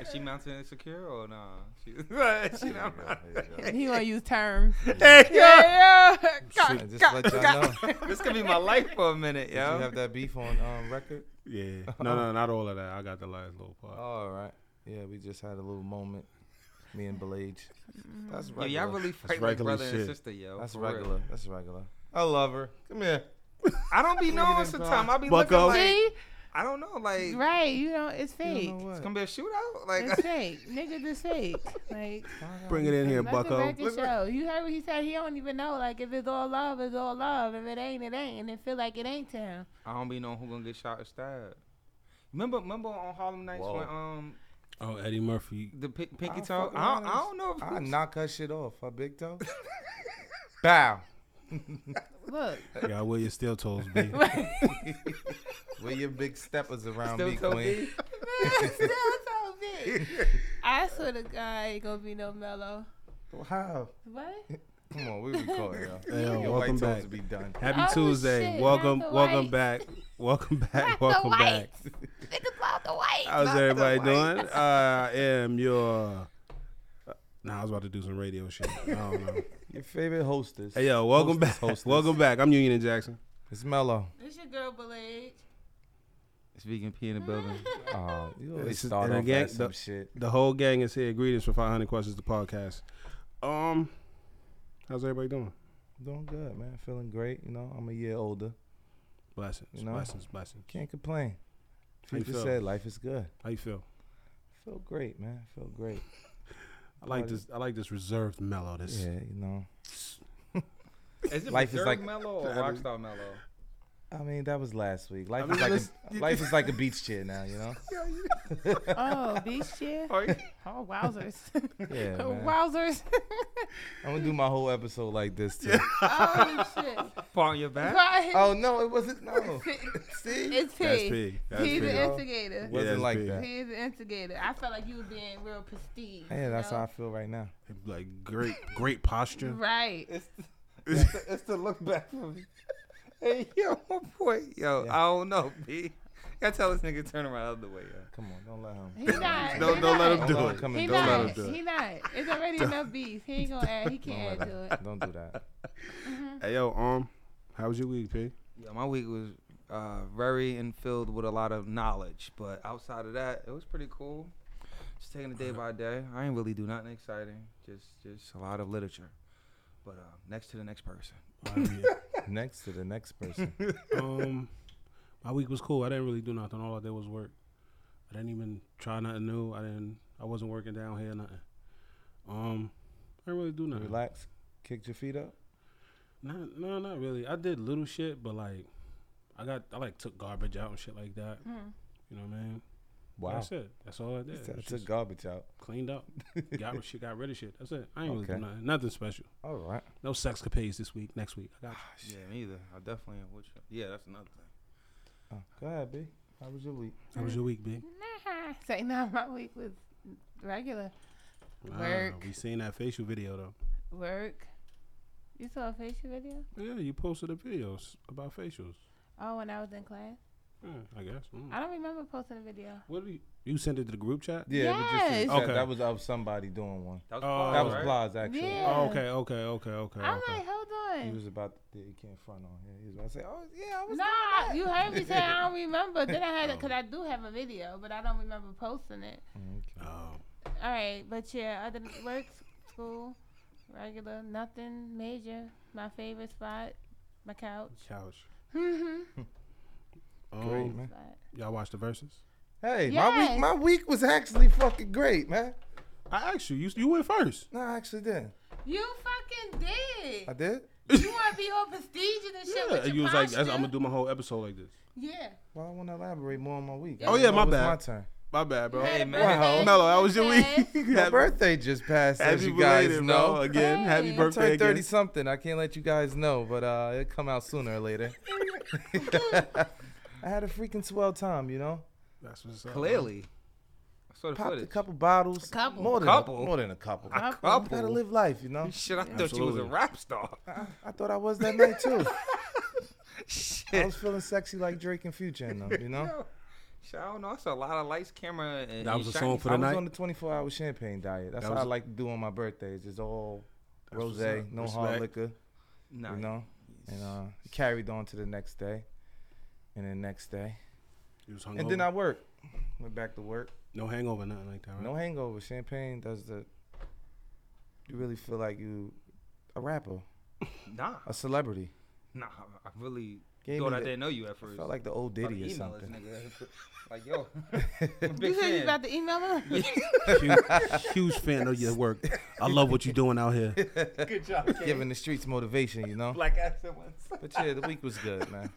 Is she mountain insecure or nah? She, she not And he gonna use terms. Hey, yo, yeah. Shit, just to let y'all know. Did this could be my life for a minute, you yo. have that beef on um, record? Yeah. No, no, not all of that. I got the last little part. All right. Yeah, we just had a little moment. Me and Belage. That's Yo, regular. y'all really fight like regular brother and shit. sister, yo. That's for real. regular. That's regular. I love her. Come here. I don't be knowing sometimes. I be Buck looking up. like See, I don't know, like right? You know, it's fake. You don't know it's what? gonna be a shootout. It's Like fake, nigga. This fake. Like, Bring it in here, let the Bucko. record show. You heard what he said. He don't even know. Like, if it's all love, it's all love. If it ain't, it ain't. And it feel like it ain't to him. I don't be knowing who gonna get shot or stabbed. Remember, remember on Harlem Nights Whoa. when um Oh, Eddie Murphy. the pi- pinky toe. I'll fuck I around don't, I and- don't know if I who's- knock her shit off. Her big toe. Bow. Look, Yeah, where your steel toes be? Where your big steppers around Still me, toe Queen? big? man, still so big. I swear to God, ain't gonna be no mellow. How? What? Come on, we recording, yo. Hey, yo, Your welcome white toes back. to be done. Happy Oh, Tuesday. shit, welcome, not the welcome whites. back. Welcome Not back. the Welcome back. whites. Niggas love the white. How's Love the everybody white. doing? I am your. Nah, I was about to do some radio shit. I don't know. Your favorite hostess. Hey, yo, welcome Hostess, back. hostess. Welcome back. I'm Union and Jackson. It's Mellow. This your girl, Belage. It's vegan pee in the building. Oh, you always This is- start and off again, at some the- shit. The whole gang is here. Greetings from 500 Questions, the podcast. Um, how's everybody doing? Doing good, man. Feeling great. You know, I'm a year older. Blessings, You know? blessings, blessings. Can't complain. How you Future feel? said life is good. How you feel? Feel great, man. Feel great. I like Party. this. I like this reserved mellow. This Yeah, you know. Is it Life is Reserve like- mellow or rockstar mellow? I mean, that was last week. Life mean, is let's- like a, life is like a beach chair now, you know. Oh, beach chair. Oh, wowzers. Yeah, Oh, man. wowzers. I'm gonna do my whole episode like this too. oh, shit. Part your back. Right. Oh no, it wasn't. No, see, It's P. that's big. That's He's big. the instigator. it Yeah, wasn't it's like big. that. He's the instigator. I felt like you were being real prestige. Yeah, you that's know? how I feel right now. Like great, great posture. Right. It's it's the, it's the look back for me. Hey, yo, my boy, yo, Yeah. I don't know, B. Gotta tell this nigga to turn around the other way, yo. Come on, don't let him. He not. Don't he don't let not. him do Don't let it. him come He in. Don't let not. him do He it. Oh, not. It's already enough beef. He ain't gonna add. He can't add Don't to it. let him. Don't do that. Hey yo, um, how was your week, P? Yeah, my week was uh, very and filled with a lot of knowledge, but outside of that, it was pretty cool. Just taking it day by day. I ain't really do nothing exciting. Just just a lot of literature. But uh, next to the next person. Next to the next person. um, my week was cool. I didn't really do nothing. All I did was work. I didn't even try nothing new. I didn't. I wasn't working down here. Nothing. Um, I didn't really do nothing. Relax. Kicked your feet up. Not, no, not really. I did little shit, but like, I got I like took garbage out and shit like that. Mm. You know what I mean? Wow. That's it. That's all I He did. said I It's took just garbage out. cleaned up. got rid shit. Got rid of shit. That's it. I ain't Okay. really do nothing. Nothing special. All right. Ah, No sex capades this week. Next week. I got you. Yeah, me either. I definitely am with you. Yeah, that's another thing. Oh, go ahead, B. How was your week? How was your week, big? Nah. It's like, nah, my week was regular. Work. we seen that facial video though. Work. You saw a facial video? Yeah, you posted the videos about facials. Oh, when I was in class? Yeah, I guess. Mm. I don't remember posting a video. What do you? You sent it to the group chat? Yeah, we just did Yes. that. Okay. that was of somebody doing one. That was, Oh. Paul, That was right? Blas actually. Yeah. Oh, okay, okay, okay, okay. I'm okay. like, hold He on. was about to he can't front on here. He was about to say, "Oh yeah, I was." Nah, you heard me say I don't remember. Then I Oh. had it because I do have a video, but I don't remember posting it. Mm, Okay. Oh, All right, but yeah, other than work, school, regular, nothing major. My favorite spot, my couch. couch. Mm-hmm. Mhm. Um, Great man. Spot. Y'all watch the verses? Hey, my Yes. week, my week was actually fucking great, man. I asked you. You you went first. No, I actually did. You fucking I did. did. You want to be all prestigious and shit Yeah, with your you was like, posture? I'm gonna do my whole episode like this. Yeah. Well, I want to elaborate more on my week. I Oh, didn't yeah, know my it was bad. My turn. My bad, bro. Happy man. birthday, Mello, Mellow, how was your week? Jess. My birthday just passed, as you guys belated, know. bro. Again, happy Hey. I birthday turned again. thirty something. I can't let you guys know, but uh, it'll come out sooner or later. I had a freaking swell time, you know. That's what's up. Clearly. I saw the Popped a footage. couple bottles. Couple. More than Couple? A, more than a couple. A You gotta couple. live life, you know. Shit, I thought you was Absolutely. a rap star. I thought I was that night too. I Shit. was feeling sexy like Drake and Future in them, you know. Shit, I don't know. That's a lot of lights, camera, and That and was a shiny song for I the was night. on the 24 hour champagne diet. That's That what I was- like to do on my birthdays. It's all That's what's rose, up. no hard Respect. liquor, Nah, you know? And uh, carried on to the next day and the next day. You was And then hungover? I worked. Went back to work. no hangover, nothing like that. Right? No hangover. Champagne does the. You really feel like you a rapper, nah, a celebrity. nah. I really Gave thought me I the- didn't know you at first. I felt like the old About to Diddy or email this something. nigga. like yo, I'm a big you said you fan. about to email her? huge, huge fan of your work. I love what you're doing out here. Good job, Kevin. Giving the streets motivation, you know. Like I said once. But yeah, the week was good, man.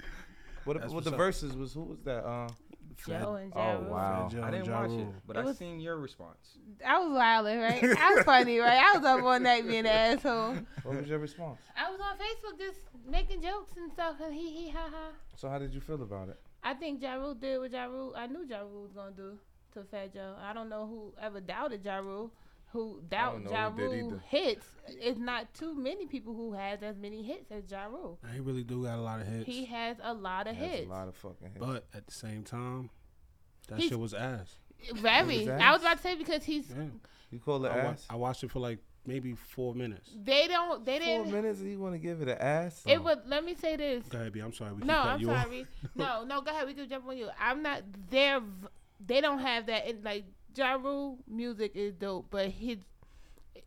What, That's what the what's up. verses was? Who was that? Uh, Joe and Oh, Jared. wow. Fat Joe I didn't Ja watch it, Rule. but It I was- seen your response. I was wilding, right? I was funny, right? I was up all night being an asshole. what was your response? I was on Facebook just making jokes and stuff, and he he ha ha. So how did you feel about it? I think Ja Rule did what Ja Rule, I knew Ja Rule was going to do to Fat Joe. I don't know who ever doubted Ja Rule. Who doubt know Ja who did Rule either. hits. It's not too many people who has as many hits as Ja Rule. He really do got a lot of hits, He has a lot of That's hits. a lot of fucking hits. but at the same time, that He's- shit was ass. Very. His I was ass? about to say because he's. Yeah. You call it I, wa- ass? I watched it for like maybe four minutes. They don't. They Four didn't. minutes and you want to give it an ass? It would. Let me say this. Go ahead, B. I'm sorry. We No, keep cutting I'm you off. sorry. no, no. Go ahead. We can jump on you. I'm not. They're. v- They don't have that. In, like Ja Rule music is dope, but his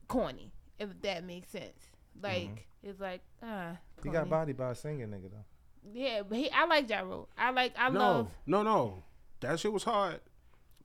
corny. If that makes sense. Like Mm-hmm. it's like ah. He corny. got body by a singer nigga though. Yeah, but he. I like Ja Rule. I like. I no, love. no, no. That shit was hard.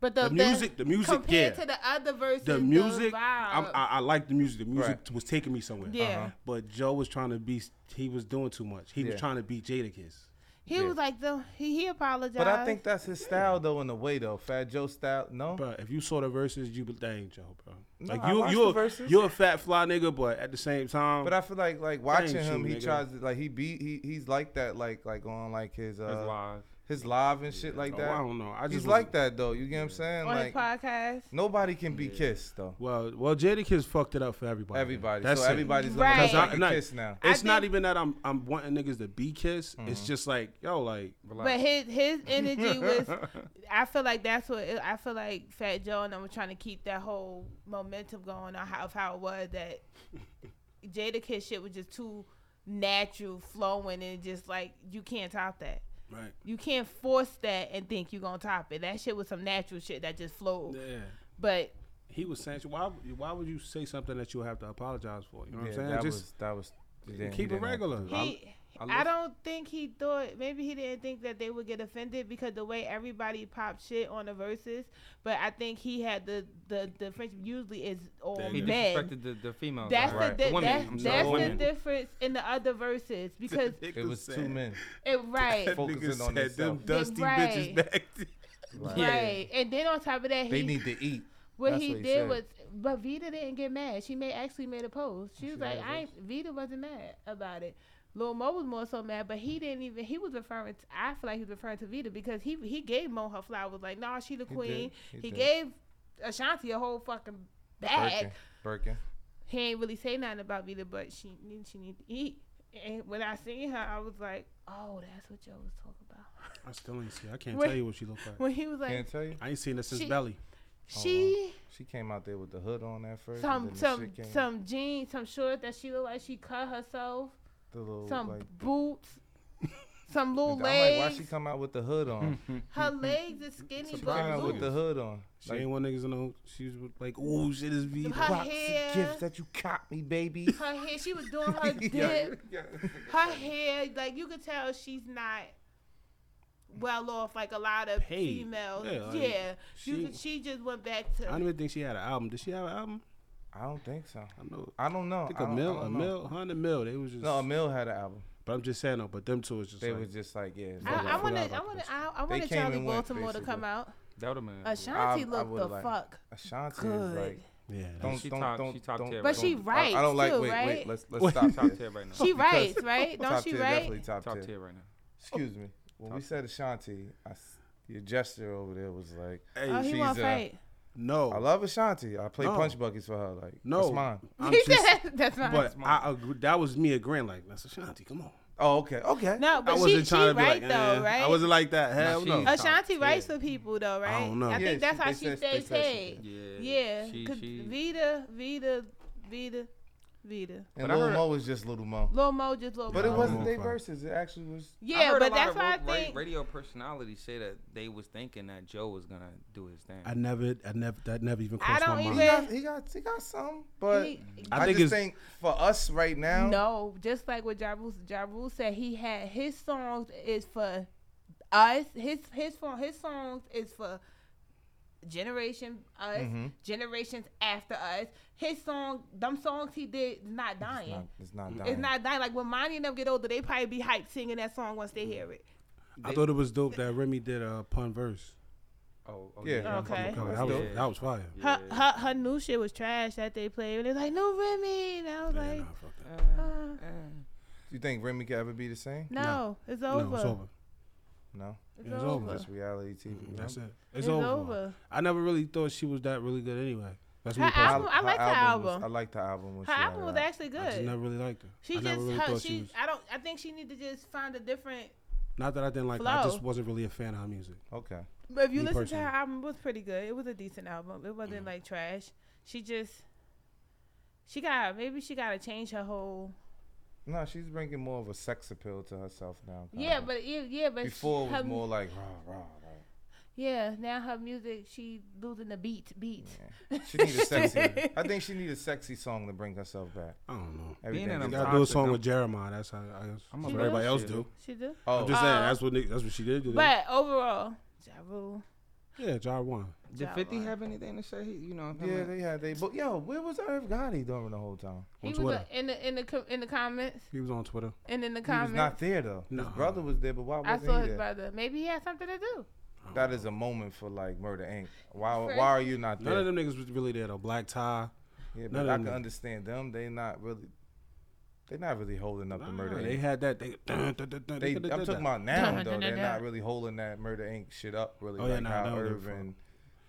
But the, The, music, the music, yeah. compared to the other verses, the music, The I'm, vibe. I, I like the music. The music Right. was taking me somewhere. yeah. Uh-huh. But Joe was trying to be. He was doing too much. He Yeah. was trying to beat Jadakiss. He Yeah. was like the. He, he apologized. But I think that's his style though in a way though. Fat Joe style. No? Bro, if you saw the verses, you would dang Joe, bro. No, like I you, watched you, the a, verses. you a fat fly nigga, but at the same time, But I feel like like watching ain't him, you, he nigga. tries to like he beat he he's like that like like on like his That's uh live. his live and shit like Oh, I that. don't know. I just He's was- like that though. You get what I'm saying? on his Like podcast. nobody can be Yeah. kissed though. Well, well, Jadakiss fucked it up for everybody. Everybody. That's so it. everybody's Right. looking 'Cause I- like a not- kiss now. I It's not think- even that I'm I'm wanting niggas to be kissed. Mm-hmm. It's just like yo, like Relax. But his his energy was. I feel like that's what it, I feel like. Fat Joe and I were trying to keep that whole momentum going on how, of how it was that Jada Kiss shit was just too natural, flowing, and just like you can't top that. right, You can't force that and think you're gonna top it. That shit was some natural shit that just flowed. yeah. But He was saying, why why would you say something that you have to apologize for? You know what Yeah, I'm saying? that Just was that was he didn't- he keep it didn't have to regular. do that. he, I I listen- don't think he thought. Maybe he didn't think that they would get offended because the way everybody popped shit on the verses. But I think he had the the the French usually is all They He men. disrespected the, the females. That's right. the, The women. that's, I'm sorry, that's the women. difference in the other verses because It was two men. it right That Focusing nigga on said them themselves. dusty Right. bitches back. there. Yeah. right and then on top of that They he need to eat. what that's he what he did said. was but Vita didn't get mad she made actually made a post she was She like made a I ain't, Vita wasn't mad about it. Lil Mo was more so mad, but he didn't even. He was referring. To, I feel like he was referring to Vita because he he gave Mo her flowers. Like, nah, she the He did. queen. He He did. gave Ashanti a whole fucking bag. Birkin. Birkin. He ain't really say nothing about Vita, but she need she need to eat. And when I seen her, I was like, oh, that's what Joe was talking about. I still ain't see. I can't Wait. tell you what she looked like. When he was like, Can't tell you. I ain't seen her since She- Belly. she She came out there with the hood on at first. some and then the some shit came- some jeans, some shorts that she looked like she cut herself, the little, some like, boots, some little I'm like, why she legs. come out with the hood on? her legs is skinny, she came but out with loose. the hood on. She Like, ain't one niggas to know. She was like, oh shit, is Her V. "Rocks and hair. gifts that you caught me, baby. her hair, she was doing her dip. her hair, like you could tell she's not well off like a lot of Paid. females. Yeah, Yeah. like, she, you she- could, she just went back to I don't even think she had an album. Did she have an album? I don't think so. I know. I don't know. I think I a don't- I mil, don't a know. mil, hundred mil. They was just. No, Emil had an album. but I'm just saying though. But them two is just. They like, was just like, yeah. it's I, like- I Forgot wanted, I about wanted, this. I, I wanted came Charlie and went, Baltimore to come basically. out. That would have been. Ashanti I looked would the like- fuck. Ashanti is Good. like, yeah. don't, She don't, top- don't, she top don't- tier, But she Don't- right. I, I don't like. too, wait, right? wait. Let's let's Wait. stop. top here. tier right now. She Because- writes, right? Don't top she tier, write? Definitely top, top tier. tier right now. Excuse me. When we said Ashanti, I s your gesture over there was like, Hey, Oh, he she's, want uh, to fight. no. I love Ashanti. I play No. punch buckets for her. Like, no. that's mine. I'm He just. said, That's not. But mine. I agree. That was me agreeing. Like that's Ashanti. Come on. Oh, okay, okay. No, I but she, wasn't she trying to be right like, though, eh. right? I wasn't like that. Hell she- no. Uh, Ashanti Yeah. writes for people though, right? don't know. I think Yeah, that's how she- she they said- they stays said she paid. Yeah. Yeah, She, 'cause she, Vita, Vita, Vita, Vita. And But I Lil heard- Mo was just Little Mo. Lil Mo just Lil But it Mo. wasn't Mo they fire. verses. It actually was. I heard Yeah, a but lot that's of why I ra- ra- think. radio personalities say that they was thinking that Joe was gonna do his thing. I never, I never, that never even I crossed don't my even- He mind. Yeah. got, he got he got some, but he- I I, think just it's- think for us right now, no, just like what Ja Rule, ja Rule said, he had his songs is for us. His his for his songs is for generation us, Mm-hmm. Mhm. generations after us. His song, them songs he did, is not dying. it's not, it's not dying. It's not dying. Like when Monty and them get older, they probably be hyped singing that song once they hear it. I thought it was dope that Remy did a pun verse. Oh, oh Yeah. Okay. Oh, that, was, that was fire. Yeah. Her, her, her new shit was trash that they played, and it's like no Remy, and I was Yeah, like, nah, fuck that. uh, Do you think Remy could ever be the same? no, it's over, No, it's over. No, It's It's over. over. It's, it's reality TV. you know? That's it. It's, over. over. I never really thought she was that really good anyway. That's Her me personally. album- I liked her was- album. I liked the album. When Her she album was was that. actually I just good. never really liked her. she I just never really her, thought she, she, was. I don't I think she need to just find a different. Not that I didn't like. her. I just flow. wasn't really a fan of her music. Okay. But if you Me listen personally. to her album, it was pretty good. It was a decent album. It wasn't like trash. She just she got maybe she got to change her whole. No, she's bringing more of a sex appeal to herself now. kinda. Yeah, but yeah, yeah, but she- Uh-huh. before it her was mu- more like rah rah. Right? Yeah, now her music she losing the beat beat. Yeah. She need a sexy. I think she need a sexy song to bring herself back. I don't know. Everything. in is You I'm gotta toxic, do a song I'm- with Jeremiah. That's how. I, that's I'm what a everybody real else shit. do. She do. oh, I'm just saying. Uh, That's what. they- That's what she did do. But overall, ja Rule. yeah, Jar one. Did Job Fifty line. have anything to say? He, you know, him yeah, and- they had they. But yo, where was Irv Gotti during the whole time? He On was Twitter, a, in the in the co- in the comments he was on Twitter. and in the He was comments. not there though. No. His brother was there, but I why wasn't saw he his there? brother. Maybe he had something to do. That is a moment for like Murder Inc. Why? First- Why are you not None there? of them niggas was really there though. Black Tie. yeah, none but of I them can did. understand them. They not really. They not really holding up the Murder Nah, Inc. they had that. They. They, they I'm talking about now Dun, though. dun, They're dun, not dun. really holding that Murder Inc. shit up really. Oh, yeah, like nah, how they don't give a Irv fuck. and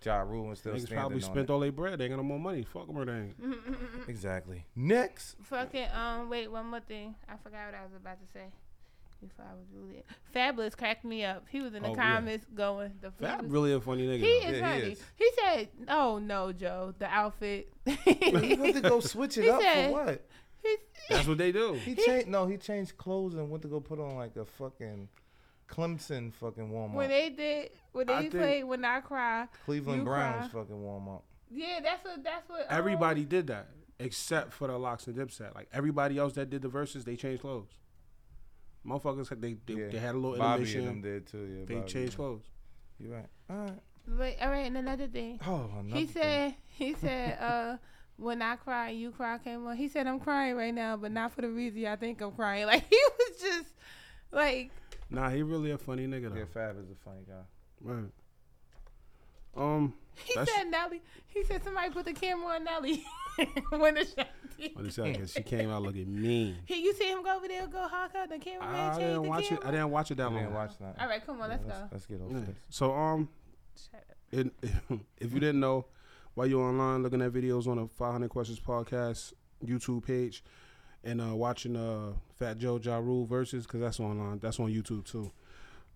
Ja Rule and still Niggas standing probably on it. spent all their bread. They ain't got no more money. Fuck them or they ain't. Mm-hmm. Exactly. Next. Fucking um, wait, one more thing. I forgot what I was about to say. Before I was really Fabulous cracked me up. He was in the Oh, yeah. comments going the Fab he was- really a funny nigga. He though. is Yeah, he funny. He, is. said, "Oh no, Joe, the outfit." You He's- have to go switch it He up said- for what? That's what they do. He changed. No, he changed clothes and went to go put on like a fucking Clemson fucking warm when up. they did, when I they think- played, when I cry, Cleveland you Browns fucking warm up. yeah, that's what that's what um, Everybody did that except for the locks and dipset. Like everybody else that did the verses, they changed clothes. Motherfuckers, had- they they, Yeah. they had a little Bobby and them intermission. did too. Yeah, They Bobby. changed clothes. You right. All right. Wait, all right, and another thing. Oh, another he thing. said, he said, uh, when I cry, you cry, came on. He said, I'm crying right now, but not for the reason I think I'm crying. Like he was just like, Nah, he really a funny nigga though. Yeah, Fab is a funny guy. Right. Um, he That's- said Nelly. He said somebody put the camera on Nelly when the shot. what is that? 'Cause she came out looking mean. He, you see him go over there, go hawk out. The cameraman I, changed didn't the watch it. I camera. didn't watch it that I long. didn't watch that. All right, come on, Yeah, let's, let's, go. let's get off Yeah. this. So um, Shut up. it, if you didn't know, while you're online looking at videos on the 500 Questions Podcast YouTube page and uh, watching uh, Fat Joe Ja Rule versus, because that's online, that's on YouTube too.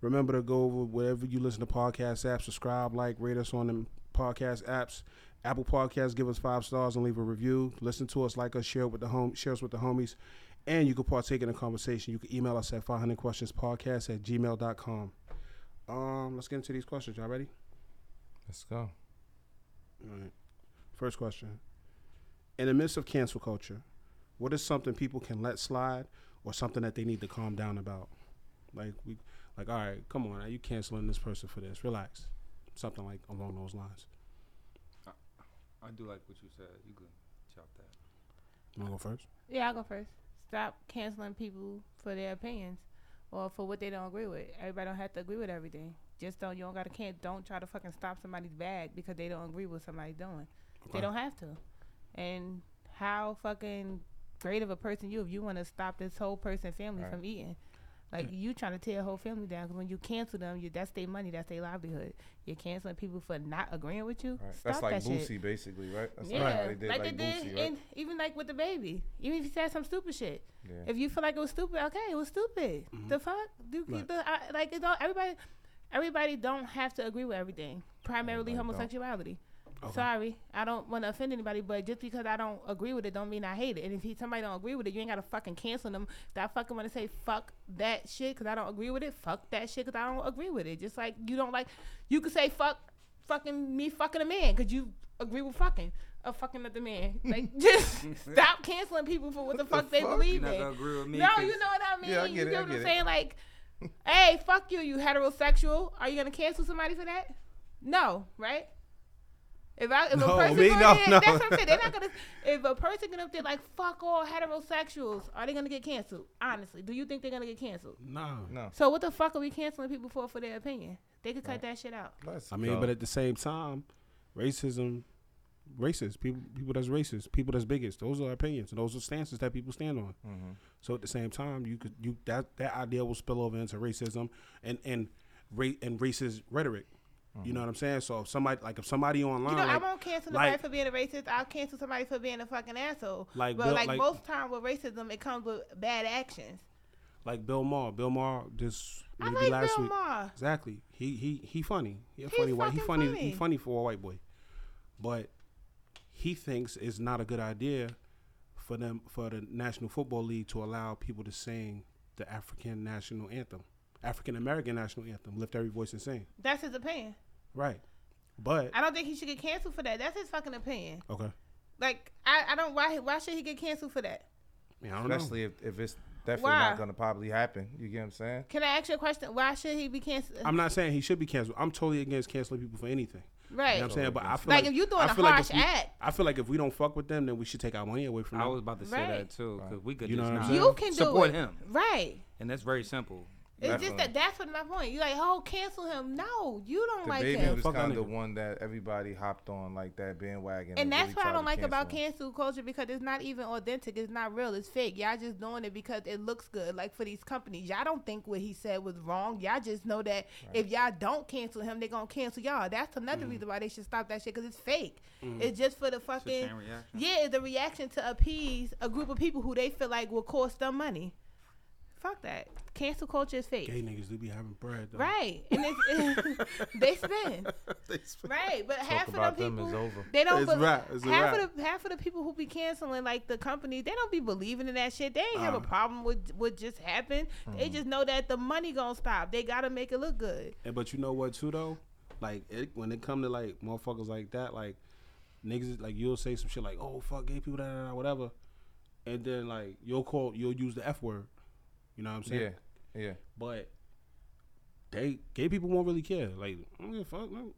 Remember to go over wherever you listen to podcast apps, subscribe, like, rate us on them podcast apps. Apple Podcasts, give us five stars and leave a review. Listen to us, like us, share with the home, share us with the homies, and you can partake in the conversation. You can email us at 500 questions podcast at gmail.com. Um, let's get into these questions. Y'all ready? Let's go. All right. First question. In the midst of cancel culture, what is something people can let slide or something that they need to calm down about? Like we like, all right, come on, are you canceling this person for this? Relax. Something like along those lines. I do like what you said. You could chop that. You wanna go first? Yeah, I'll go first. Stop canceling people for their opinions or for what they don't agree with. Everybody don't have to agree with everything. Just don't you don't gotta can't don't try to fucking stop somebody's bag because they don't agree with somebody doing. They Okay. don't have to. And how fucking great of a person you if you wanna stop this whole person family Right. from eating. Like you trying to tear a whole family down because when you cancel them, you that's their money, that's their livelihood. You're canceling people for not agreeing with you. Right. Stop That's like that shit. Boosie, basically, right? That's Yeah, like like, how they did like, they did, Boosie, right? and even like with the baby, even if you said some stupid shit, yeah. if you feel like it was stupid, okay, it was stupid. The fuck, do Right. the, I, like it don't, everybody, everybody don't have to agree with everything. Primarily Everybody don't. homosexuality. Okay. Sorry, I don't want to offend anybody, but just because I don't agree with it, don't mean I hate it. And if he, somebody don't agree with it, you ain't gotta fucking cancel them. That fucking want to say fuck that shit because I don't agree with it. Fuck that shit because I don't agree with it. Just like you don't like, you could say fuck fucking me fucking a man because you agree with fucking a fucking other man. Like just stop canceling people for what the fuck they You're believe not in. gonna agree with me. No, 'cause- you know what I mean. Yeah, I you get it, get I what I'm get it. saying? Like, hey, fuck you, you heterosexual. Are you gonna cancel somebody for that? No, right? If I if No, a person me, go no, there, no. that's what I'm saying. They're not gonna. If a person get up there like fuck all heterosexuals, are they gonna get canceled? Honestly, do you think they're gonna get canceled? Nah. No. So what the fuck are we canceling people for for their opinion? They could cut Right. that shit out. Let's I mean, go. but at the same time, racism, racist people, people that's racist, people that's bigots. Those are opinions and those are stances that people stand on. Mhm. So at the same time, you could you that that idea will spill over into racism and and ra- and racist rhetoric. You know what I'm saying? So if somebody like if somebody online, You know, like, I won't cancel nobody like- for being a racist. I'll cancel somebody for being a fucking asshole. Like but Bill- like, like- most time with racism, it comes with bad actions. like Bill Maher, Bill Maher just I maybe like last Bill week. Maher. Exactly. He he he funny. He a He's funny white. He fucking funny, funny. He funny for a white boy, but he thinks it's not a good idea for them for the National Football League to allow people to sing the African national anthem, African American national anthem. Lift every voice and sing. That's his opinion. Right, but I don't think he should get canceled for that. That's his fucking opinion. okay. Like I, I don't why why should he get canceled for that? I, mean, I don't know. Especially if, if it's definitely Why? not going to probably happen. You get what I'm saying? Can I ask you a question? Why should he be canceled? I'm not saying he should be canceled. I'm totally against canceling people for anything. right. You know what I'm saying? But I feel like, like, if you're doing I a feel like harsh if we- act, I feel like if we don't fuck with them, then we should take our money away I from them. was about to say Right. that too, because we could You know just what I'm not saying? you can do support it. him, Right. and that's very simple. It's Definitely. just that that's what my point. You like, oh, cancel him. No, you don't The like baby him. was Fuck that kind of the nigga. one that everybody hopped on like that bandwagon. And that's really what I tried don't to like about cancel him. cancel culture because it's not even authentic. It's not real. It's fake. Y'all just doing it because it looks good. Like for these companies, y'all don't think what he said was wrong. Y'all just know that if y'all don't cancel him, they're gonna cancel y'all. That's another reason why they should stop that shit because it's fake. It's just for the It's a fucking chain reaction. yeah, it's a reaction to appease a group of people who they feel like will cost them money. Fuck that. Cancel culture is fake. Gay niggas do be having bread. Though. Right, and it's, they spend. Right, but half of them about them people is over. they don't. It's be- rap. It's a half rap. of the half of the people who be canceling like the company, they don't be believing in that shit. They ain't have a Uh. problem with what just happened. They just know that the money gonna stop. They gotta make it look good. And, but you know what too though, like it, when it come to like motherfuckers like that, like niggas like you'll say some shit like, oh fuck gay people, da, da, da, whatever, and then like you'll call you'll use the f word, you know what I'm saying? Yeah, yeah. But they gay people won't really care. Like I don't give a fuck, no.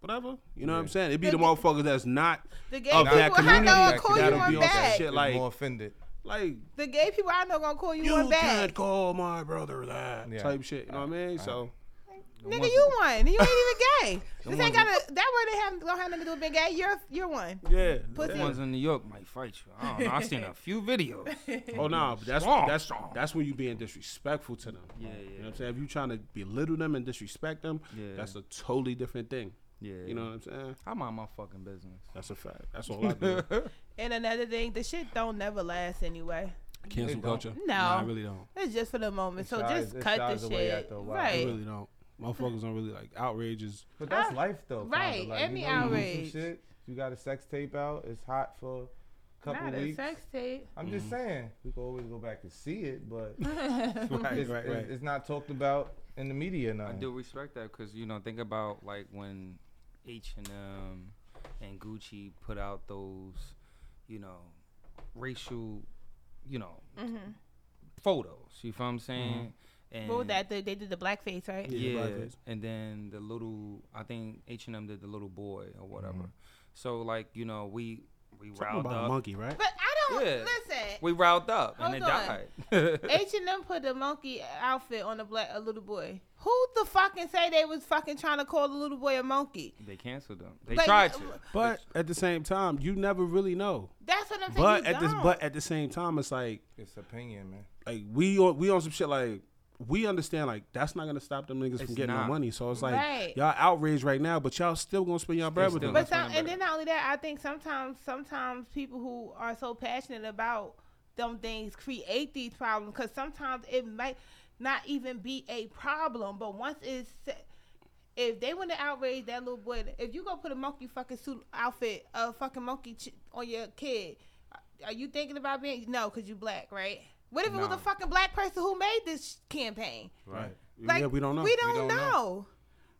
whatever. You know what I'm Yeah. saying? It'd be The the gay- motherfuckers that's not The gay Of people that I know will community, call you that'll one be on some back. shit. It's like- more offended. like The gay people I know gonna call you, you one back. can't call my brother that Yeah. type shit. You know what I mean? Uh, So Nigga, ones you one. and You ain't even gay. this ain't ones got to that word. They have don't have nothing to do with being gay. You're you're one. yeah. Pussy. The ones in New York might fight you. I don't know. I've seen a few videos. Oh no, but that's Strong, that's strong. that's when you being disrespectful to them. Yeah, You know yeah. what I'm saying? If you trying to belittle them and disrespect them, Yeah. that's a totally different thing. Yeah, You know what I'm saying? I mind my fucking business. That's a fact. That's all I do. And another thing, the shit don't never last anyway. Cancel don't. culture. No. Nah, I really don't. It's just for the moment. It so shies- just it cut shies the away shit. after a while. I Right. really don't. Motherfuckers don't really like outrages. But that's Ah, life, though. kinda. right, Like, every you know, you do some outrage. Shit, you got a sex tape out. It's hot for a couple Not weeks. a sex tape. I'm just saying we can always go back and see it, but right, it's, right, it's- right. it's not talked about in the media now. I do respect that because you know think about like when H and M and Gucci put out those, you know, racial, you know, photos. You feel what I'm saying? And Mm-hmm. What was that? They, they did the blackface, right? Mm-hmm. Yeah, Yeah, blackface. and then the little I think H and M did the little boy or whatever. So like you know we we Something riled Mm-hmm. about a up. monkey, right? But I don't Yeah. listen. We riled up and it Hold on. died. H and M put the monkey outfit on a black a little boy. Who the fucking say they was fucking trying to call the little boy a monkey? they canceled them. They Like, tried to. But at the same time, you never really know. That's what I'm saying. But you at this, don't. but at the same time, it's like It's opinion, man. like we on we on some shit like we understand like that's not gonna stop them niggas It's from getting no not. money. So it's like Right. y'all outraged right now, but y'all still gonna spend y'all bread They with still- them. But That's some, what I'm and better. then not only that, I think sometimes sometimes people who are so passionate about them things create these problems because sometimes it might not even be a problem, but once it's se- if they want to outrage that little boy, if you go put a monkey fucking suit outfit, a fucking monkey ch- on your kid, are you thinking about being no? Because you black, right? What if it was No. a fucking black person who made this campaign? Right. Like, yeah, we don't know. We don't, don't know. know.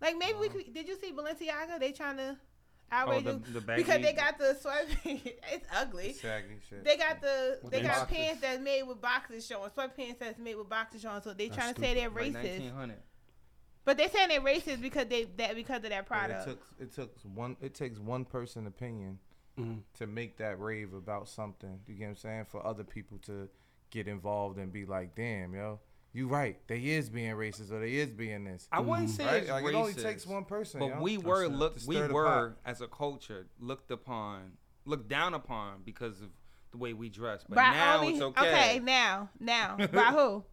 Like maybe we could, did you see Balenciaga? They trying to Oh, outrage the, you the baggy, because they got the sweatpants. it's ugly. saggy shit. They got the With they the got boxes. pants that's made with boxes showing, sweatpants that's made with boxes showing. So they That's trying to say they're Like racist, 1900. but they saying they're racist because they that because of But that product. It took it took one it takes one person opinion Mhm. to make that rave about something. You get what I'm saying? For other people to get involved and be like, damn, yo, you right. They is being racist or they is being this. I wouldn't say Right? it's Like, racist, it only takes one person. but yo. we were Mm-hmm. That's it. look To we stir the were as a culture looked upon, looked down upon because of the way we dress. But By now only- it's okay. now now by who?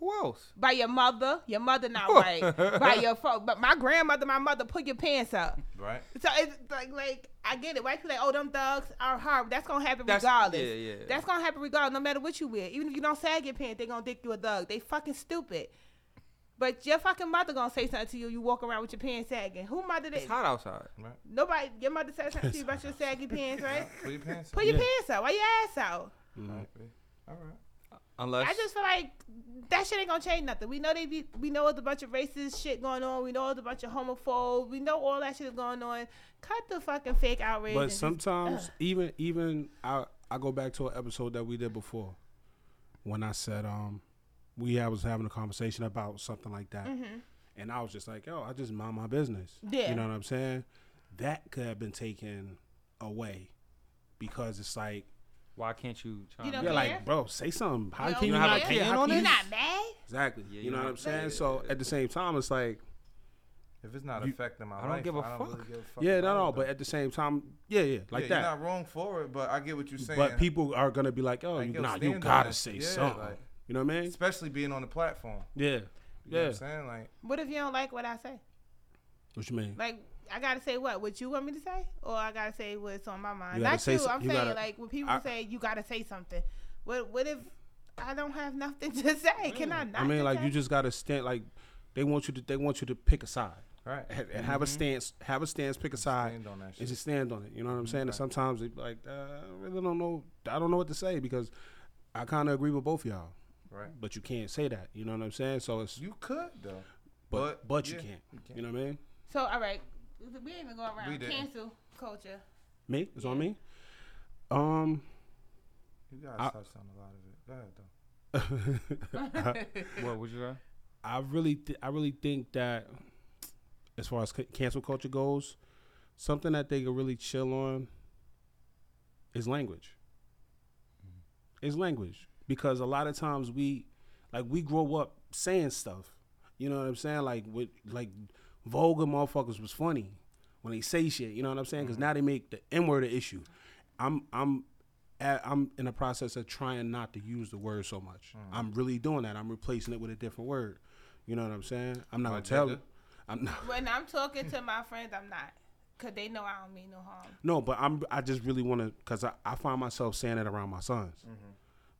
Who else? By your mother. Your mother not white. by your folk. But my grandmother, my mother, put your pants up. right. So it's like, like I get it. White people like, oh, them thugs are hard. That's gonna happen That's- regardless. yeah, yeah. That's gonna happen regardless, no matter what you wear. Even if you don't sag your pants, they gonna think you a thug. They fucking stupid. But your fucking mother gonna say something to you. You walk around with your pants sagging. Who mother It's did? hot outside. Nobody. Your mother said something to you about your saggy pants, right? Put your pants Put your pants out. Why your ass out? on. Right, babe. All right. Unless I just feel like that shit ain't gonna change nothing. We know they be, we know it's a bunch of racist shit going on. We know it's a bunch of homophobes. We know all that shit is going on. Cut the fucking fake outrage. and But just- sometimes even even I I go back to an episode that we did before when I said um we I was having a conversation about something like that. And I was just like, yo, I just mind my business. Mm-hmm. Yeah. You know what I'm saying? That could have been taken away because it's like, why can't you? Chime You don't yeah, in? care? like, bro, say something. How You can you don't not care? care? You How can You you- not mad? Exactly. Yeah, you you know what don't I'm saying? care. so at the same time, it's like, If it's not You- affecting my I don't life, give a I don't really fuck. give a fuck yeah, no, about no. it, But though. at the same time, yeah, yeah, like yeah, that. You're not wrong for it, but I get what you're saying. But people are gonna be like, "Oh, Like, you, yo, nah, stand you on gotta that. say Yeah, something." like- you know what I mean? especially being on the platform. Yeah, You know yeah. what I'm saying? Like, What if you don't like what I say? What you mean? Like, I gotta say what? What you want me to say? Or I gotta say what's on my mind? You gotta Not say you. some- I'm you saying gotta- like when people I- say you gotta say something. What what if I don't have nothing to say? Can I not? I mean, just like say- you just gotta stand. Like they want you to, they want you to pick a side right. and, and have a stance, have a stance, pick a side, Mm-hmm. Stand on that and shit. just stand on it. You know what I'm saying? And sometimes they be like, uh, I really don't know, I don't know what to say because I kind of agree with both of y'all, right. but you can't say that. You know what I'm saying? So it's You could though. but but, but, you, yeah, can't. you can't. You know what I mean? So all right, we ain't even going We around didn't. cancel culture. Me? It's on me. Um, You guys I- touched on a lot of it. Go ahead though. what would you say? I really, th- I really think that as far as c- cancel culture goes, something that they could really chill on is language. Is language because a lot of times we, like, we grow up saying stuff. You know what I'm saying? Like with like vulgar motherfuckers was funny when they say shit. You know what I'm saying? Because now they make the N word an issue. I'm I'm at, I'm in the process of trying not to use the word so much. I'm really doing that. I'm replacing it with a different word. You know what I'm saying? I'm not gonna tell you. nigga. I'm not. When I'm talking to my friends, I'm not, cause they know I don't mean no harm. No, but I'm. I just really want to, because I, I find myself saying it around my sons.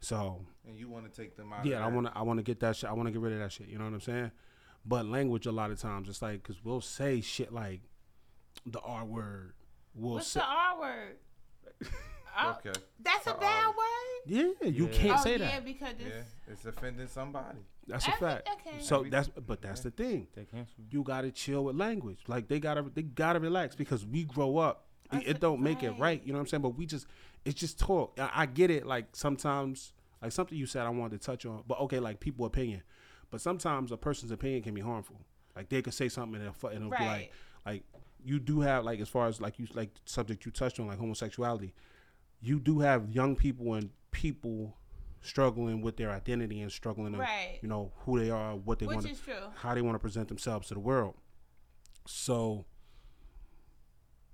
So And you want to take them out. yeah, of Mm-hmm. I that. want to. I want to get that shit. I want to get rid of that shit. You know what I'm saying? But language, a lot of times, it's like because we'll say shit like the R word. We'll What's say, the R word? Oh, Okay. That's a The bad R. word. yeah, you can't oh say yeah, that. because Yeah, it's it's offending somebody. That's a Every- fact. okay. So Every- that's but that's the thing. They cancel. You gotta chill with language. Like they gotta they gotta relax because we grow up. It, it don't make it right. right. You know what I'm saying? But we just it's just talk. I, I get it. Like sometimes like something you said I wanted to touch on. But okay, like people opinion. But sometimes a person's opinion can be harmful. Like they could say something and it'll, fu- and it'll be like Right. like you do have like as far as like you like the subject you touched on like homosexuality. You do have young people and people struggling with their identity and struggling to, Right. you know who they are, what they which want to is true. how they want to present themselves to the world. So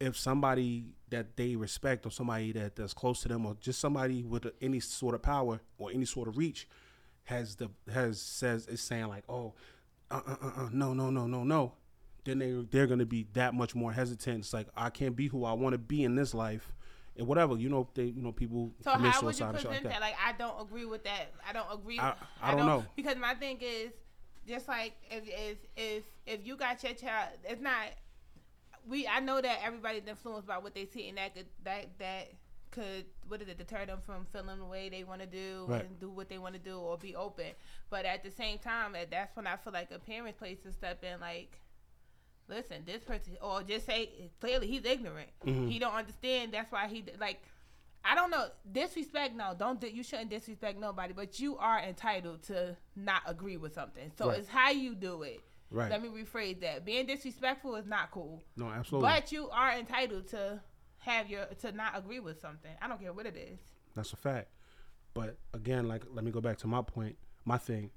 if somebody that they respect or somebody that, that's close to them or just somebody with any sort of power or any sort of reach has the has says is saying like, oh, uh, uh, uh, uh, no, no, no, no, no, then they they're gonna be that much more hesitant. It's like I can't be who I want to be in this life, and whatever you know. They you know people So commit how would you suicide and shit present like that? that. Like I don't agree with that. I don't agree. I- I don't know. because my thing is just like if if if if you got your child, it's not. We I know that everybody's influenced by what they see, and that could that that could what is it deter them from feeling the way they want to do Right. and do what they want to do or be open. But at the same time, eh, that's when I feel like a parent plays to step in like. Listen, this person, or just say clearly he's ignorant. Mm-hmm. He don't understand. That's why he like I don't know. Disrespect, no. Don't di- you shouldn't disrespect nobody, but you are entitled to not agree with something. So Right. it's how you do it. Right. Let me rephrase that. Being disrespectful is not cool, No, absolutely. but you are entitled to have your to not agree with something. I don't care what it is. That's a fact. But again, like let me go back to my point, my thing.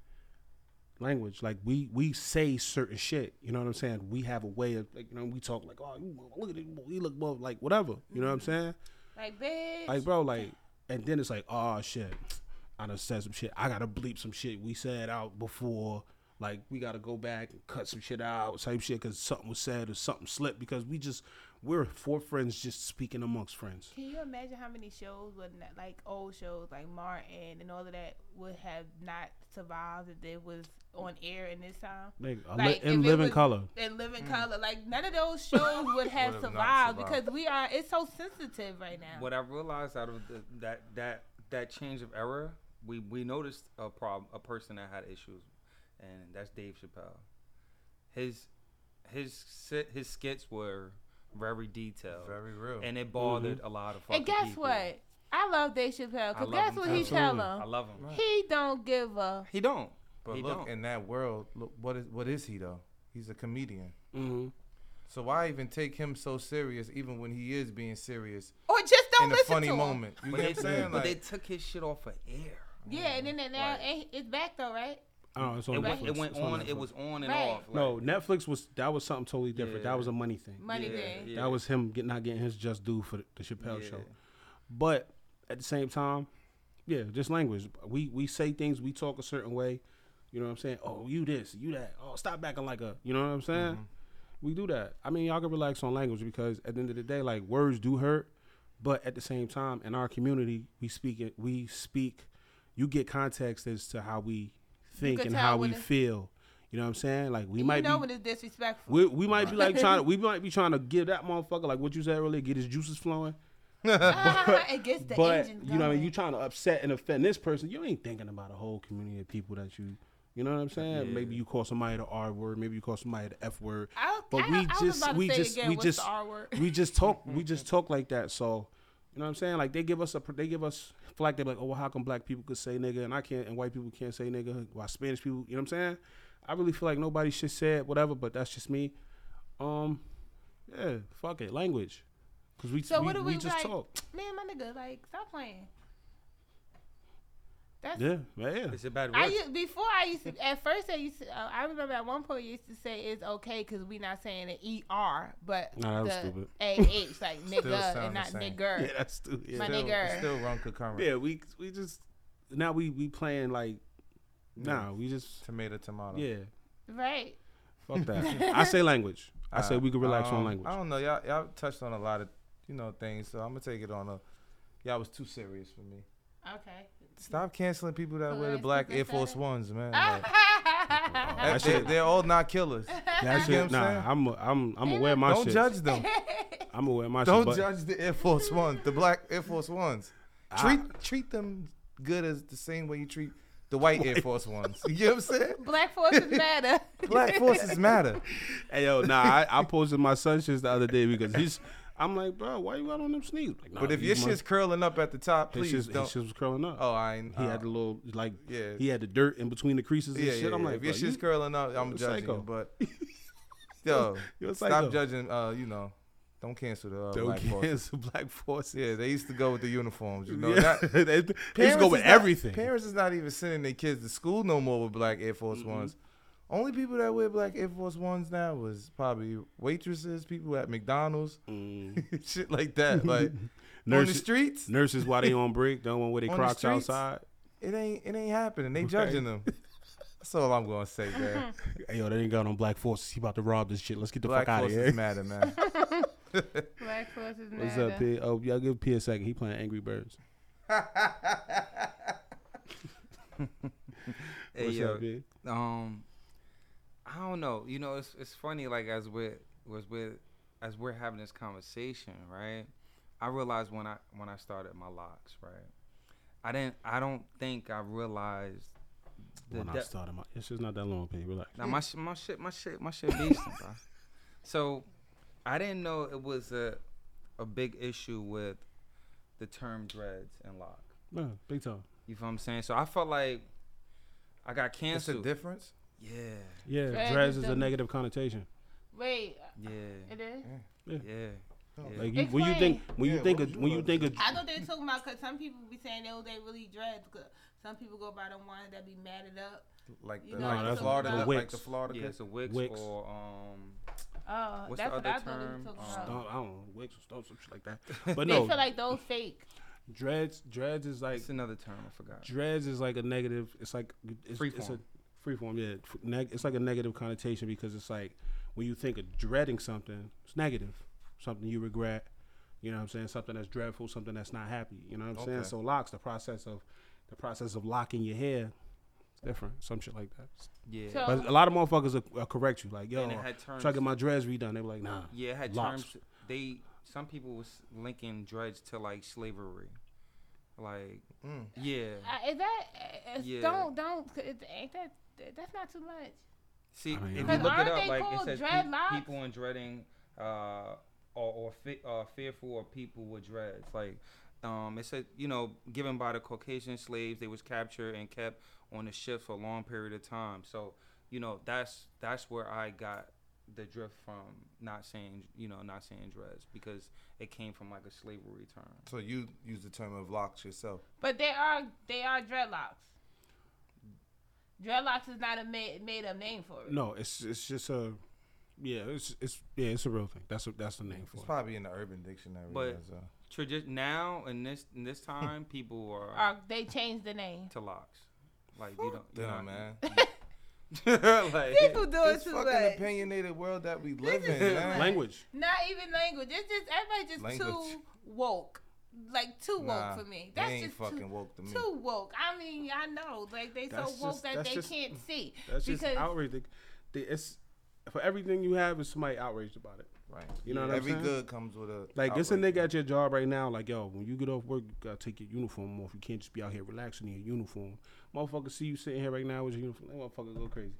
Language, like we we say certain shit. You know what I'm saying? We have a way of like you know we talk like oh you- look at it, we look both like whatever. You know what I'm Mm-hmm. saying? Like, bitch. Like bro, like and then it's like oh shit, I done said some shit. I gotta bleep some shit we said out before. Like we gotta go back and cut some shit out, type shit, because something was said or something slipped. Because we just we're four friends just speaking amongst friends. can you imagine how many shows would not, like old shows like Martin and all of that would have not survived if they was on air in this time? Like, I li- Like, if and it live in was- color. and Living Color. Like none of those shows would have not survived survived. because we are. It's so sensitive right now. What I realized out of the, that that that change of era, we we noticed a problem, a person that had issues, and that's Dave Chappelle. His his sit, his skits were very detailed, Very real. and it bothered a lot of. Fucking and guess people. what? I love Dave Chappelle I because love guess him what too. he tell I him. love him. He don't give a. He don't. But he look, don't. in that world, look what is what is he though? He's a comedian. Mm-hmm. Mhm. So why even take him so serious, even when he is being serious Or just don't in a listen funny to him. moment? You but get they, what I'm saying? but Like, they took his shit off of air. Yeah, and then and now Right. and it's back though, right? Oh, it's on It Netflix. went, it went It's on on. Netflix. It was on and Right. off. like- no Netflix was that was something totally different. Yeah. That was a money thing. Money Yeah, thing. yeah. That was him get, not getting his just due for the, the Chappelle Yeah. show. But at the same time, yeah, just language. We we say things, we talk a certain way. You know what I'm saying? Oh, you this, you that. Oh, stop acting like a. You know what I'm saying? Mm-hmm. We do that. I mean, y'all can relax on language because at the end of the day, like words do hurt. But at the same time, in our community, we speak it. We speak. You get context as to how we think can and tell how we when it- feel. You know what I'm saying? Like we might you know be when it's disrespectful. we, we might be like trying. We might be trying to give that motherfucker like what you said earlier, get his juices flowing. it gets the but you engine know, what I mean, going. you trying to upset and offend this person. You ain't thinking about a whole community of people that you. You know what I'm saying? Maybe you call somebody the R word. Maybe you call somebody the F word. I- But I- we I was about just to we say just again, we what's the just R word? we just talk we just talk like that. So you know what I'm saying? Like they give us a pr- they give us flack. They're like, oh, well, how come black people could say nigga and I can't and white people can't say nigga? Why Spanish people? You know what I'm saying? I really feel like nobody should say it, whatever. But that's just me. Um, yeah, fuck it, language. Cause we So we, what do we we, just like? talk. Man, my nigga, like stop playing. That's Yeah, yeah. It's a bad I word. used, before I used to at first I used to, uh, I remember at one point I used to say it's okay because we not saying an er but Nah, that was the stupid. ah like nigga sound and the not same. nigger. Yeah, that's too. Yeah. My still, nigger. it's still run concurrent. yeah, we we just now we we playing like nah, we just Tomato, tomato. yeah. Right. Fuck that. I say language. I say Uh, we can relax um, on language. I don't know. Y'all, y'all touched on a lot of you know things, so I'm gonna take it on a. Y'all was too serious for me. Okay. Stop canceling people that wear the Alright, black something Air Force better. Ones, man. Ah! Like, That they, shit- they're all not killers. That You know shit, what I'm nah. saying? I'm a, I'm I'm aware of my Don't shit. judge them. I'm aware of my shit. Don't but judge the Air Force Ones, the black Air Force Ones. I- Treat treat them good as the same way you treat the white Air Force Ones. You know what I'm saying? Black forces matter. Black forces matter. Hey yo, nah. I, I posted my son shit the other day because he's. I'm like, bro, why you out on them sneaks? Like, nah, But if your these shit's curling up at the top, mother- Oh, please his shit- don't. his shit was curling up. oh, I ain't. he uh, had the little like, yeah. he had the dirt in between the creases and yeah, shit. yeah, I'm yeah. like, if your bro, shit's you- curling up, I'm a judging psycho. you. But yo, You're a psycho. stop judging. Uh, you know, don't cancel the uh, Don't black forces. cancel black forces. Yeah, they used to go with the uniforms. You know, Yeah. Not- they, they used to Parents go is with not- everything. Parents is not even sending their kids to school no more with black Air Force Ones. Only people that wear black Air Force Ones now was probably waitresses, people at McDonald's, Mm. shit like that. Like on the Nurses- streets, Nurses, while they on break, don't want to wear their On the Crocs streets? outside. It ain't it ain't happening. They Right. judging them. That's all I'm gonna say, man. Hey, yo, they ain't got no black forces. He about to rob this shit. Let's get the Black fuck out of forces here. matter, man. Black forces matter. What's up, P? Oh, y'all give P a second. He playing Angry Birds. Hey, What's yo, up, P? um i don't know you know it's it's funny like as we're was with as we're having this conversation right i realized when i when i started my locks right i didn't i don't think i realized the When I depth- started my, it's just not that long, P. Relax. now my sh- my shit my shit my shit beastin', bro. So I didn't know it was a a big issue with the term dreads and lock. No, big time. You feel what I'm saying? So I felt like I got It's a canceled. difference. yeah, Yeah, Dreads dreads is is a the- negative connotation. Wait, yeah, it is. yeah. yeah. Oh, Like you, when you think when you Yeah, think what of, was you when you about think to of I thought they were talking about because some people be saying they they really dread. 'cause Some people go by the ones that be matted up. Like You the, know, like No, the that's Florida, the like Wicks. the Florida. Yeah, it's a wigs, Wigs. or um, Oh, What's that's the what other I thought term? they were talking Um, about. stomp, I don't know, wicks or stomps or shit like that. But They no, feel like those fake. dreads dreads is like it's another term I forgot. dreads is like a negative. It's like it's, it's a Freeform. free form. Yeah, F- neg- it's like a negative connotation because it's like when you think of dreading something, it's negative, something you regret. You know what I'm saying? Something that's dreadful, something that's not happy. You know what I'm saying? Okay. So locks, the process of the process of locking your hair, it's different. Some shit like that. Yeah, So- But a lot of motherfuckers will, will correct you, like, yo, and it had terms. try to get my dreads redone. They were like, nah. yeah, it had locks. terms. They some people was linking dreads to like slavery, like Mm. yeah. Uh, is that? Uh, Yeah. Don't don't. 'cause It, ain't that? That's not too much. See, I mean, if you Because look it aren't up, they like it called says pe- dreadlocks? people in dreading, uh, or or fe- uh, fearful of people with dreads. Like, um, it said you know, given by the Caucasian slaves, they was captured and kept on the ship for a long period of time. So, you know, that's that's where I got the drift from not saying you know not saying dreads because it came from like a slavery term. So you use the term of locks yourself. But they are they are dreadlocks. Dreadlocks is not a made made up name for it. No, it's it's just a, yeah, it's it's yeah, it's a real thing. That's a, that's the name for It's it. probably in the Urban Dictionary. But- as well. Tradi- now in this in this time, people are Or they changed the name. to locks. Like you don't, you Damn, man. man. like, People do it This too fucking much. opinionated world that we live is in, too man. much. Language. Not even language. It's just everybody just Language. too woke. Like too woke Nah, for me. they That's ain't just fucking too, woke to me. too woke. I mean, I know. Like they so That's woke just- that that's they just- can't see. That's just Because- outrage. The, the, it's for everything you have is somebody outraged about it. Right. You know what I'm Every saying? good comes with a Like it's a outrage. nigga at your job right now. Like yo, when you get off work, you gotta take your uniform off. You can't just be out here relaxing in your uniform. Motherfucker, see you sitting here right now with your uniform. That motherfucker go crazy.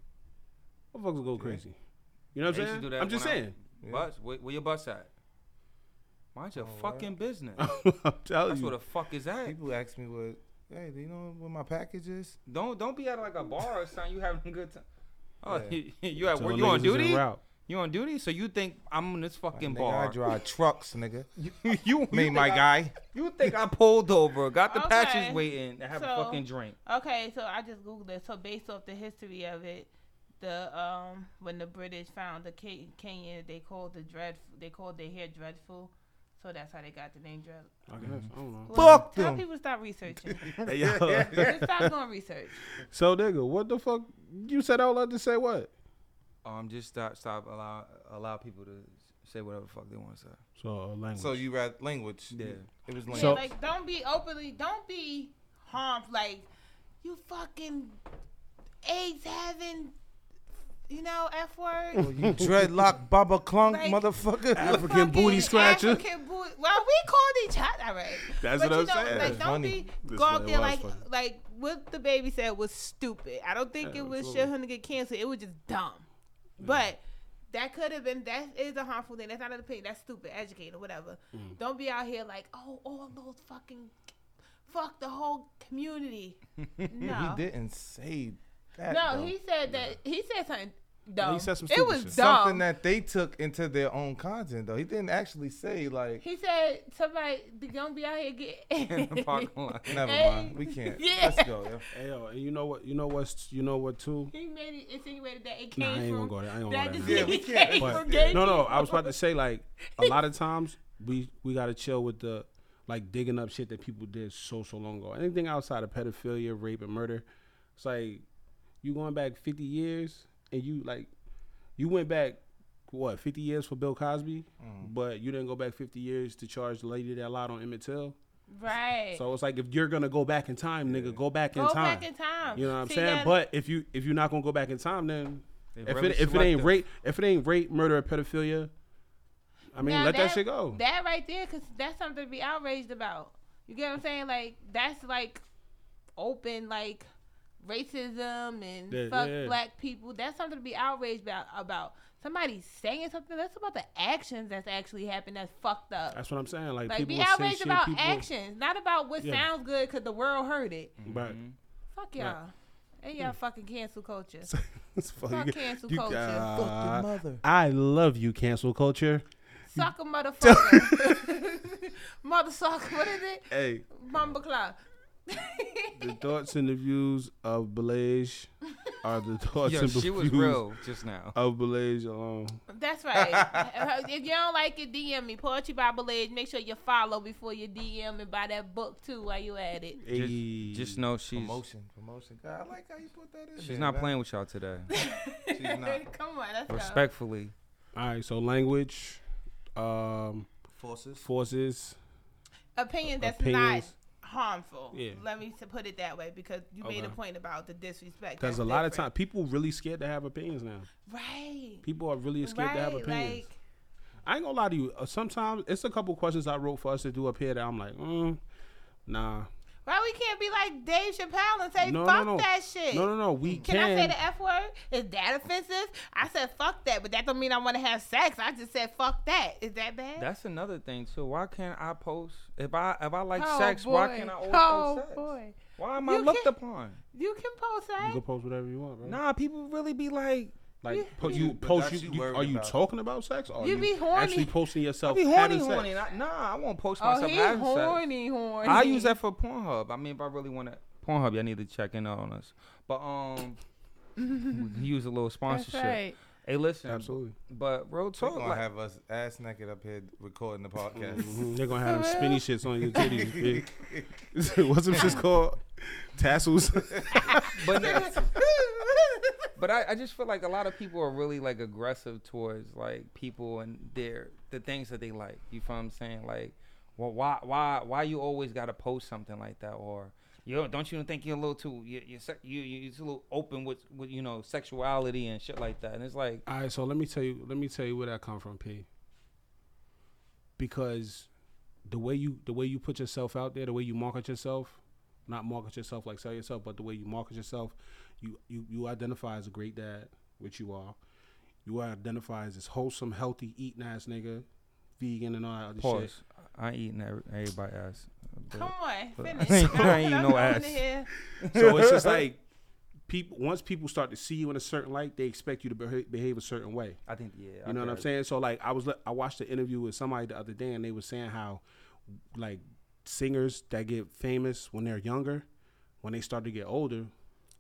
Motherfuckers go crazy. You know what They used to I'm saying? do that I'm just when I- saying. Yeah. Bus, where, where your bus at? Mind your Oh, fucking business. I'm telling That's you. where the fuck is at. People ask me what. Hey, do you know what my package is? Don't don't be at like a bar or something. You having a good time. Oh, Yeah. you at Tell work? them You niggas on is in duty? route. You on duty? So you think I'm in this fucking Nigga, I bar? drive trucks, nigga. you you, Me, think my I- guy. You think I pulled over? Got the patches Okay. waiting to have a So- fucking drink? Okay, so I just googled it. So based off the history of it, the um when the British found the Ke- Kenya, they called the dread they called their hair dreadful. So that's how they got the name dread. I guess. I don't know. Well, Fuck tell them. people to stop researching. Hey, yo. just stop doing research. so nigga, what the fuck? You said out loud to say what? Um, just stop stop allow allow people to say whatever the fuck they want to say. So uh, language. So you read language? Yeah. It was Yeah, language. So- like don't be openly, don't be harmed. Like you fucking AIDS having, you know, f word. you dreadlock Baba Clunk, Like- motherfucker. African Fucking booty scratcher. African booty. Well, we called each other. All right. That's but what you I'm know, saying. Like, don't Funny. be This go out way there was like funny. like what the baby said was stupid. I don't think Yeah, it was shit absolutely. him to get cancer. It was just dumb. But that could have been that is a harmful thing. That's not an opinion. That's stupid. Educate or whatever. Mm. Don't be out here like oh all those fucking fuck the whole community. No. He didn't say that. No, though. he said that he said something dumb. said some it stupid was shit. dumb. something that they took into their own content though. He didn't actually say like. He said somebody they gonna be out here getting In the parking lot. Never Hey. mind. We can't. Yeah. Let's go. yo. Hey, yo, and you know what? You know what's You know what too? He made it insinuated that it came Nah, I ain't gonna from go there. I ain't that gonna go disease Yeah, there. we can't. came But- from gay no, no. people. I was about to say like a lot of times we we gotta chill with the like digging up shit that people did so so long ago. Anything outside of pedophilia, rape, and murder, it's like you going back fifty years and you like you went back what fifty years for Bill Cosby, but you didn't go back fifty years to charge the lady that lied on Emmett Till. Right. So it's like if you're gonna go back in time, nigga, go back in Eh. Go time. back in time. You know what I'm See, saying? yeah, But if you if you're not gonna go back in time, then They if really it, if it ain't selective. rape, if it ain't rape, murder, or pedophilia, I mean, now let that, shit go. That right there, because that's something to be outraged about. You get what I'm saying? Like, that's like open, like racism and Yeah, fuck yeah, yeah. black people. That's something to be outraged about. about. Somebody saying something, that's about the actions that's actually happened that's fucked up. That's what I'm saying. Like, like, people be will say outraged shit, about people, actions, not about what Yeah. Mm. sounds good because the world heard it. But Fuck y'all. Hey, Mm. y'all fucking cancel culture. it's fucking- Fuck cancel you- culture. uh, mother. I love you, cancel culture. Suck a motherfucker. Mother sucker. What is it? Hey, Mamba clock. the thoughts and the views of Blaze are the thoughts Yo, and the she was views real just now. of Blaze alone. That's right. if you don't like it, DM me. Poetry by Belage. Make sure you follow before you DM and buy that book too while you at it. Ayy. Just, just know she's Promotion, promotion. God, I like how you put that in. she's there, not man. playing with y'all today. She's not. Come on, let's go. Respectfully, all right. So language, um, Forces. forces, Opinion that's opinions. not harmful. Yeah. Let me to put it that way because you made a Okay. point about the disrespect. That's Because a lot of time different. people really scared to have opinions now. right? People are really scared right, to have opinions. Like, I ain't gonna lie to you. uh, Sometimes it's a couple questions I wrote for us to do up here that I'm like, mm, nah, why we can't be like Dave Chappelle and say No, no, fuck no. that shit? no, no, no. We Can, can. I say the F word? Is that offensive? I said fuck that, but that don't mean I want to have sex. I just said fuck that. Is that bad? that's another thing too. Why can't I post if I if I like Oh, sex? Why boy. can't I always Oh, post sex? boy. Why am I You looked can't- upon? You can post You that. can post whatever you want, bro. Nah, people really be like, Like, po- you- you but post that's you. you you- worried are you about. talking about sex? Or You are be horny. Actually posting I yourself. be horny, having sex? horny. Not- Nah, I won't post Oh, myself he having sex. horny, horny. I use that for Pornhub. I mean, if I really want to Pornhub, y'all need to check in on us. But um, we can use a little That's sponsorship. right. Hey, listen, Absolutely. But real They're talk, gonna like, have us ass naked up here recording the podcast. Mhm, They're gonna have them spinny shits on your titties. bitch. What's them shits called? Tassels. but but I, I just feel like a lot of people are really like aggressive towards like people and their the things that they like. You feel what I'm saying? Like, well, why why why you always gotta post something like that or you don't- don't you think you're a little too you you se- you you you're a little open with with you know sexuality and shit like that and it's like All right, so let me tell you. Let me tell you where that come from, P. Because the way you the way you put yourself out there, the way you market yourself, not market yourself like sell yourself, but the way you market yourself, you you you identify as a great dad, which you are. You identify as this wholesome, healthy, eating ass nigga, vegan and all that other shit. pause. I ain't eating every, everybody ass. but- Come on, But I finish. ain't- I ain't I'm no coming ass. here. So it's just like people. Once people start to see you in a certain light, they expect you to beha- behave a certain way. I think yeah. I You know what got I'm it. saying? So like I was li- I watched the interview with somebody the other day and they were saying how like singers that get famous when they're younger, when they start to get older,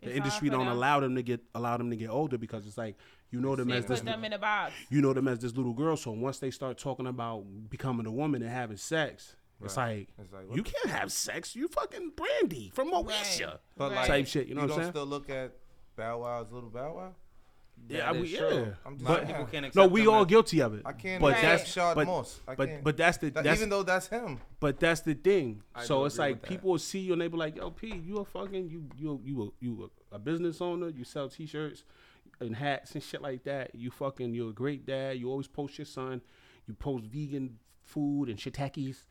the It's industry hard for don't them. allow them to get allow them to get older because it's like you know them They as this put them in a box. you know them as this little girl. So once they start talking about becoming a woman and having sex, it's like, It's like, you can't have sex. You fucking brandy from Moesha. But Right. Type shit, you you know what I'm don't saying? still look at Bow Wow's little Bow Wow. yeah, I, That we, is yeah. true. I'm But just people can't No, accept we them all as- guilty of it. I can't But accept that's Shard but, Moss. I but can't. but that's the That, that's even though that's him, But that's the thing. I so do it's agree like with that. people will see you and they be like, "Yo, P, you a fucking you you you a, you a, a business owner. You sell T-shirts and hats and shit like that. You fucking you're a great dad. You always post your son. You post vegan food and shiitakis,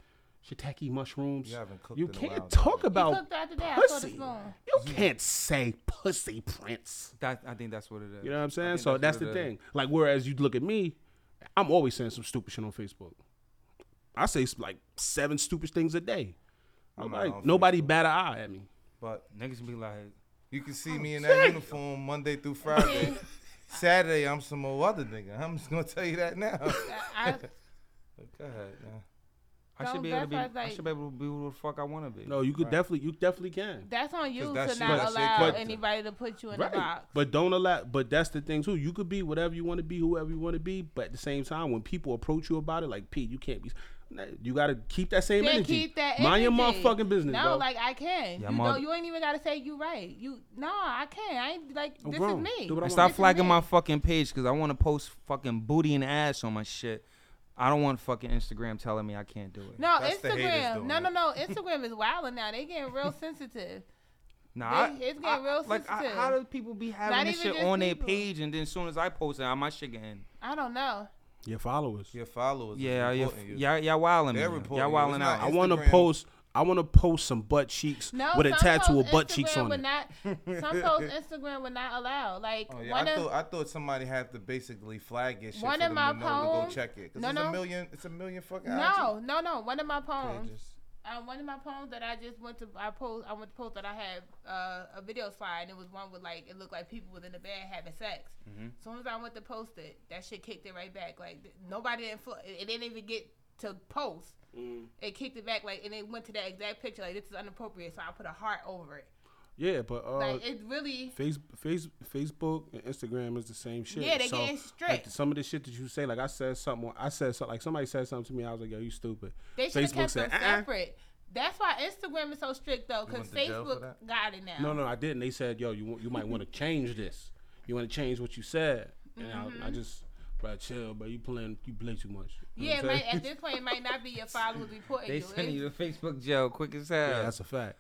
shiitake mushrooms. You haven't cooked You in a can't while, talk You about cooked the other day. I saw the pussy. spoon. You can't say pussy prince. That, I think that's what it is. You know what I'm I saying? think So that's, what the it is. thing. Like, whereas you look at me, I'm always saying some stupid shit on Facebook. I say like seven stupid things a day. I'm Nobody, not on nobody bat an eye at me. but Niggas be like, you can see me in that uniform Monday through Friday. Saturday, I'm some old other nigga. I'm just gonna tell you that now. I, I- Go ahead. Man. I should Don't- be able that's to be. why it's I like- should be able to be who the fuck I want to be. No, you could definitely, you definitely can. that's on you to that not shit- that shit allow cooked. anybody to put you in a Right. box. But don't allow. But that's the thing too. You could be whatever you want to be, whoever you want to be. But at the same time, when people approach you about it, like Pete, you can't be. You gotta keep that same Then energy. keep that Mind your energy. motherfucking business, No, bro. like I can. Yeah, you mom- don't. You ain't even gotta say you right. You no, I can. I ain't like I'm this grown. is me. Do what I And want. stop This is flagging me. my fucking page because I want to post fucking booty and ass on my shit. I don't want fucking Instagram telling me I can't do it. No, That's the haters Instagram. doing No, no, it. no. Instagram is wilding now. They getting real sensitive. Nah, They- it's getting I- real like, I- sensitive. how do people be having Not this even shit just on their people. page and then as soon as I post it, I- my shit getting. I don't know. your followers. Your followers. is Yeah, yeah, reporting you. yeah, y'all wilding me. They're reporting Y'all you. wilding It's not- out. I want to Instagram. post. I want to post some butt cheeks No, with a some tattoo posts of butt Instagram cheeks on would it. Not, some posts Instagram would not allow. Like Oh, one yeah. I of thought I thought somebody had to basically flag it shit One for of them my to know to poems- go check it. 'Cause No, it's no. a million. It's a million fucking. no, no, no. One of my IG poems. pages. Uh, one of my poems that I just went to, I post, I went to post that I had uh, a video slide, and it was one with like it looked like people was in the bed having sex. As soon as I went to post it, that shit kicked it right back. Like th- nobody didn't, fo- it, it didn't even get to post. It kicked it back like, and it went to that exact picture. Like this is inappropriate, so I put a heart over it. Yeah, but uh, Like it really, face, face, Facebook and Instagram is the same shit. Yeah, they so, getting Like, strict. some of the shit that you say, like I said something. I said something. Like somebody said something to me. I was like, "Yo, you stupid." they should have kept them "Uh-uh." separate. That's why Instagram is so strict though, because went to jail for Facebook that? got it now. No, no, I didn't. They said, "Yo, you want- you might want to change this. You want to change what you said." And Mm-hmm. I, I just, bro, chill, bro. You playing, you play too much. You know Yeah, it what I'm might, saying? at this point, it might not be your followers reporting They you. sending It's- you to Facebook jail quick as hell. yeah, that's a fact.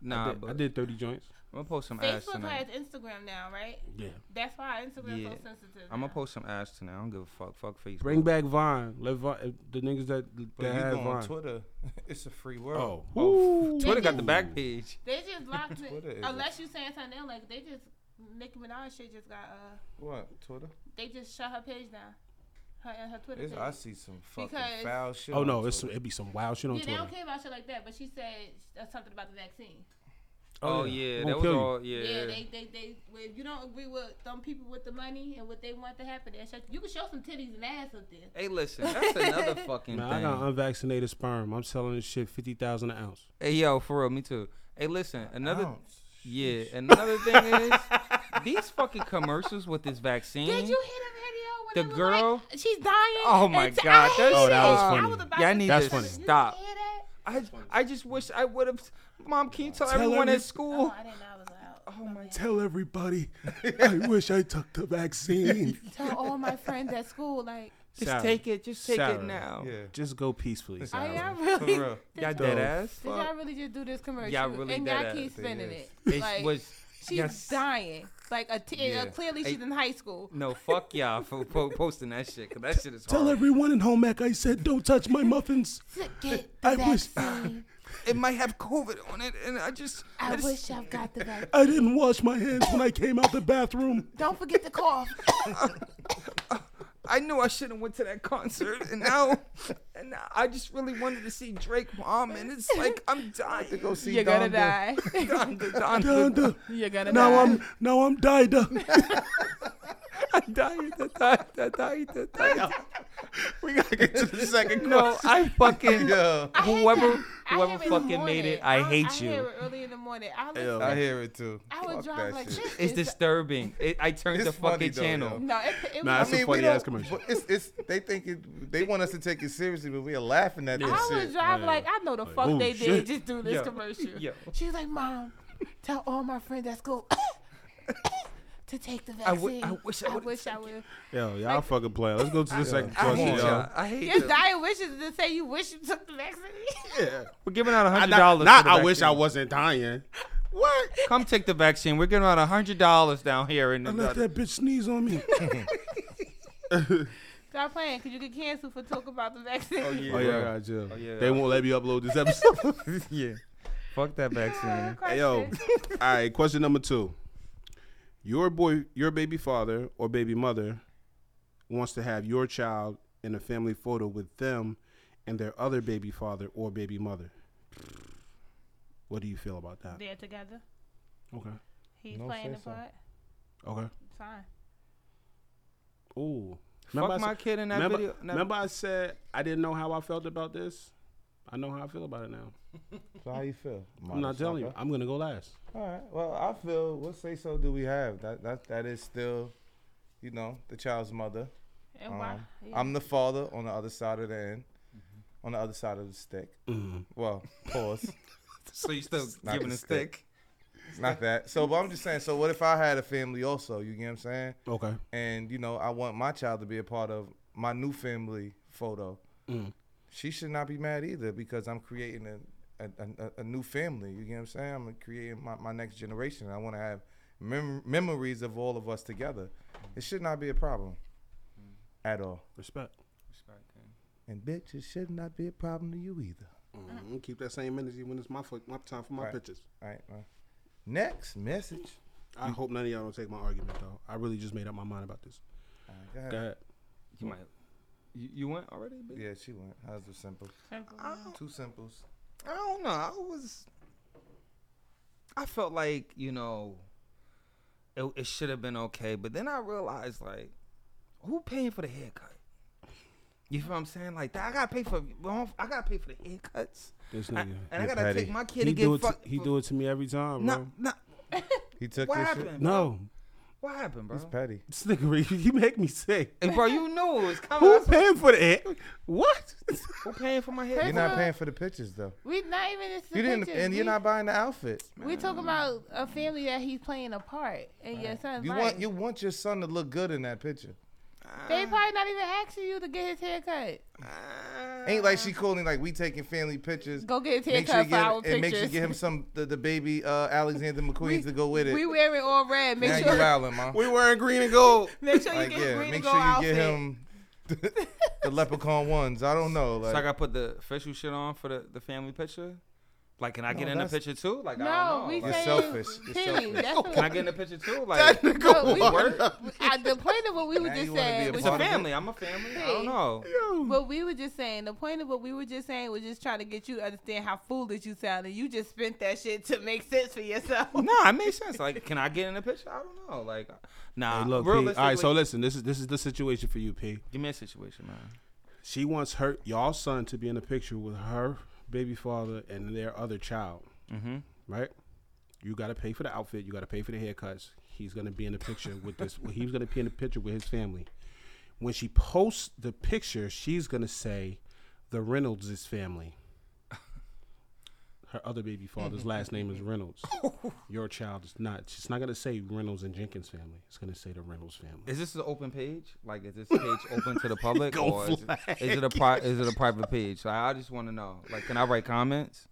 nah, I, did, but I did thirty joints. I'm gonna post some ass Facebook has tonight. Instagram now, right? Yeah, That's why Instagram's Yeah. so sensitive. I'm gonna now. post some ass tonight. I don't give a fuck. Fuck Facebook. bring back Vine. Let Vine, the niggas that But that you had go on Vine. Twitter, it's a free Oh, world. Oh, Ooh. Twitter got the back page. They just locked Twitter it. is a- Unless you saying something else, like they just Nicki Minaj shit just got uh What Twitter? they just shut her page down. Her her Twitter It's, page. I see some fucking Because- foul shit. Oh on no, it's Twitter. it'd be some wild shit on yeah, they Twitter. don't care about shit like that, but she said uh, something about the vaccine. Oh yeah, Gonna that was kill you. all. Yeah, Yeah, they, they, they, well, if you don't agree with them people with the money and what they want to happen, they shut, you can show some titties and ass up there. Hey, listen, that's another fucking Man, I thing. got unvaccinated sperm. I'm selling this shit fifty thousand an ounce. Hey, yo, for real, me too. Hey, listen, another. Ounce. Yeah, another thing is these fucking commercials with this vaccine. Did you hear the video when Mm-hmm. The it was girl- like, she's dying? Oh, my and t- God, I that's- hate Oh, that it. was I funny. was about Y'all to need say to something. You didn't stop. hear that? I, I just wish I would have. Mom, can you tell, Tell everyone every- at school? Oh, I didn't know I was out. Oh my Tell everybody, I wish I took the vaccine. oh, Tell all my friends at school, like, Just Sarah. take it. Just take Sarah. it now. Yeah. Just go peacefully. are Sarah. y'all For really? real. Y'all Dog. dead ass. Did y'all really just do this commercial? Y'all really and dead y'all ass. keep spinning Yes. it. It Like, was. she's yes. dying. Like, a t- Yeah. uh, clearly she's Hey. in high school. No, fuck y'all for po- posting that shit. Cause that shit is Tell hard. everyone in home ec I said don't touch my muffins. Get I wish vaccine. It might have COVID on it, and I just. I just- wish I've got the vaccine. I didn't wash my hands when I came out the bathroom. Don't forget the cough. I knew I shouldn't went to that concert, and now, and now I just really wanted to see Drake, mom, and it's like I'm dying. To go You're gonna die. Donda. You're gonna Now die. I'm now I'm Dida. I'm dying to die, to die, to die. We gotta get to the second No, I fucking Yeah. whoever I hear whoever it in the fucking made morning. it, I I hate hear you. it early in the morning. I, listen, I hear it too. I would Fuck drive that like shit. this. is- It's disturbing. It, I turned It's the funny fucking though, channel. yo. No, it, it Nah, was. That's a I mean, we funny-ass don't- commercial. but It's, it's, they think it, they want us to take it seriously, but we are laughing at this I shit. would drive man. like I know the Like, fuck oh, they shit. did just do this Yo. commercial. Yo. She's like, Mom, tell all my friends at school to take the I would- vaccine. I wish I would've wish I would. Yo, y'all fucking play. Let's go to the second I question, hate y'all. y'all. I hate Your you. dying wishes to say you wish you took the vaccine. We're giving out I, hundred not, dollars. not I wish I wasn't dying. What? Come take the vaccine. We're giving out hundred dollars down here in I the. let that bitch sneeze on me. Oh, Stop playing, cause you get canceled for talking about the vaccine. Oh yeah, I got Jill. yeah. They won't let me upload this episode. yeah. Fuck that vaccine. Hey, yo, all right. Question number two: Your boy, your baby father or baby mother wants to have your child in a family photo with them and their other baby father or baby mother. What do you feel about that? They're together. Okay. He's No, playing say the so. part. Okay. Fine. Ooh. Fuck I my said, kid in that remember, video. in that- remember I said I didn't know how I felt about this. I know how I feel about it now. So how you feel? I'm not telling you. I'm gonna go last. All right. Well, I feel what say so do we have? That that that is still, you know, the child's mother. And why? Um, Yeah. I'm the father on the other side of the end. on the other side of the stick. Well, pause. So you still not giving the a stick? Not that. So, but I'm just saying. So, what if I had a family also? You get what I'm saying? Okay. And you know, I want my child to be a part of my new family photo. Mm. She should not be mad either because I'm creating a a, a, a- a new family. You get what I'm saying? I'm creating my, my next generation. I want to have mem- memories of all of us together. It should not be a problem at all. Respect. Respect, yeah. And bitch, it should not be a problem to you either. Mm-hmm. Mhm. Keep that same energy when it's my fo- my time for my Right. pictures. All right. man. Next message. I hope none of y'all don't take my argument though. I really just made up my mind about this. All right, go ahead. Go ahead. You might. You, you went already? bitch? Yeah, she went. How's the simple? Simple. Two simples. I don't know. I was. I felt like you know. It, it should have been okay, but then I realized like, who paying for the haircut? You feel what I'm saying? Like that, I gotta pay for. I gotta pay for the haircuts, This I- nigga. and I You're gotta petty. take my kid He and do, get it to, fucked. he do it to me every time, Nah, bro. nah, He took what this happened? bro? No, what happened, shit. bro? He's petty. this nigga, he make me sick. Hey, bro, you knew it was coming. Who That's what- paying for the hair? What? Who paying for my hair? You're not paying for the pictures though. We not even into You didn't, pictures. and you're We- not buying the outfit. We talk about a family that he's paying a part in your son's You life. want you want your son to look good in that picture. they probably not even asking you to get his hair cut. Ain't like she calling like we taking family pictures. Go get his hair Make cut sure you for our get pictures. and make sure you get him some the, the baby uh, Alexander McQueen to go with it. we wearing all red. Make now you sure, wildin', ma. we wearing green and gold. make sure you Like get his yeah, green and make sure gold you outfit. get him the, the leprechaun ones. I don't know. so I Like gotta put the official shit on for the, the family picture. Like, can I get No, in the that's- picture too? Like, I don't No, know. we like, You're saying selfish. You're Period. selfish. That's what- can I get in the picture too? Like, That nigga No, we- wild. at the point of what we were Now just you wanna be a saying, It's was a Part of it. family. I'm a family. I don't Hey. know. what we were just saying. The point of what we were just saying was just trying to get you to understand how foolish you sounded. You just spent that shit to make sense for yourself. No, it makes sense. Like, can I get in the picture? I don't know. Like, nah. Hey, look, P. All realistically, right, so listen, this is this is the situation for you, P. give me a situation, man. She wants her y'all son to be in a picture with her baby father and their other child, Mm-hmm. right? You got to pay for the outfit. You got to pay for the haircuts. He's gonna be in the picture with this. He's gonna be in the picture with his family. When she posts the picture, she's gonna say, "The Reynolds' family." Her other baby father's last name is Reynolds. Your child is not. She's not gonna say Reynolds and Jenkins family. It's gonna say the Reynolds family. Is this an open page? Like, is this page open to the public, Go or is it, is it a pri- is it a private page? Like, I just want to know. Like, can I write comments?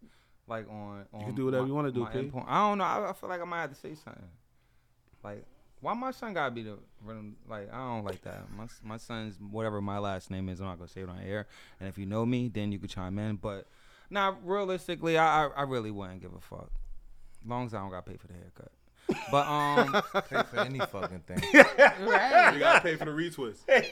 Like on, on can do whatever my- you wanna do, my P. endpoint? I don't know. I, I feel like I might have to say something. Like, why my son gotta be the random- like? I don't like that. My my son's whatever my last name is. I'm not gonna say it on air. And if you know me, then you could chime in. But nah, realistically, I I, I really wouldn't give a fuck. Long as I don't gotta pay for the haircut. But um, pay for any fucking thing. right. You gotta pay for the retwist. I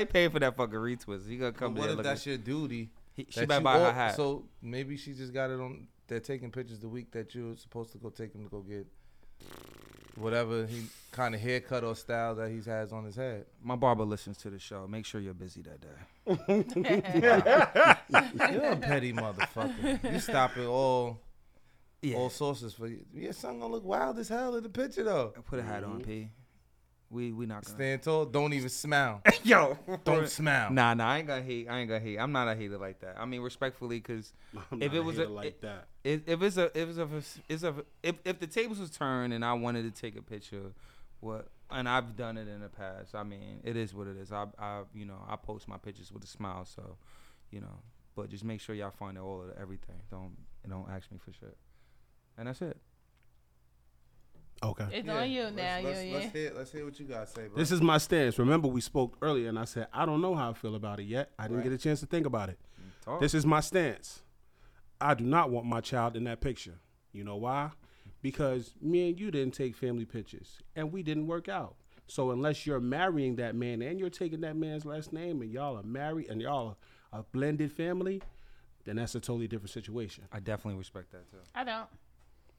ain't paying for that fucking retwist. You gonna come what there if looking? that's your duty? He, that she better you buy her all- hat. So maybe she just got it on. They're taking pictures the week that you're supposed to go take him to go get whatever he kind of haircut or style that he has on his head. My barber listens to the show. Make sure you're busy that day. You're a petty motherfucker. You stop at all Yeah. all sources for you. Your son gonna look wild as hell in the picture though. Put a hat on, P. We we not gonna. Stand tall. Don't even smile. Yo, Don't smile. Nah, nah. I ain't gonna hate. I ain't gonna hate. I'm not a hater like that. I mean, respectfully, cause if it was a- like it- that, if, if it's a if it's a it's a if if the tables was turned and I wanted to take a picture, what and I've done it in the past. I mean, it is what it is. I I you know I post my pictures with a smile, so you know. But just make sure y'all find out all of everything. Don't don't ask me for shit. And that's it. okay. It's Yeah, on you let's- now. Let's, you let's hear, let's hear what you guys say, bro. This is my stance. Remember, we spoke earlier, and I said I don't know how I feel about it yet. I didn't Right. get a chance to think about it. Talk. This is my stance. I do not want my child in that picture. You know why? Because me and you didn't take family pictures, and we didn't work out. So unless you're marrying that man and you're taking that man's last name, and y'all are married and y'all are a blended family, then that's a totally different situation. I definitely respect that too. I don't.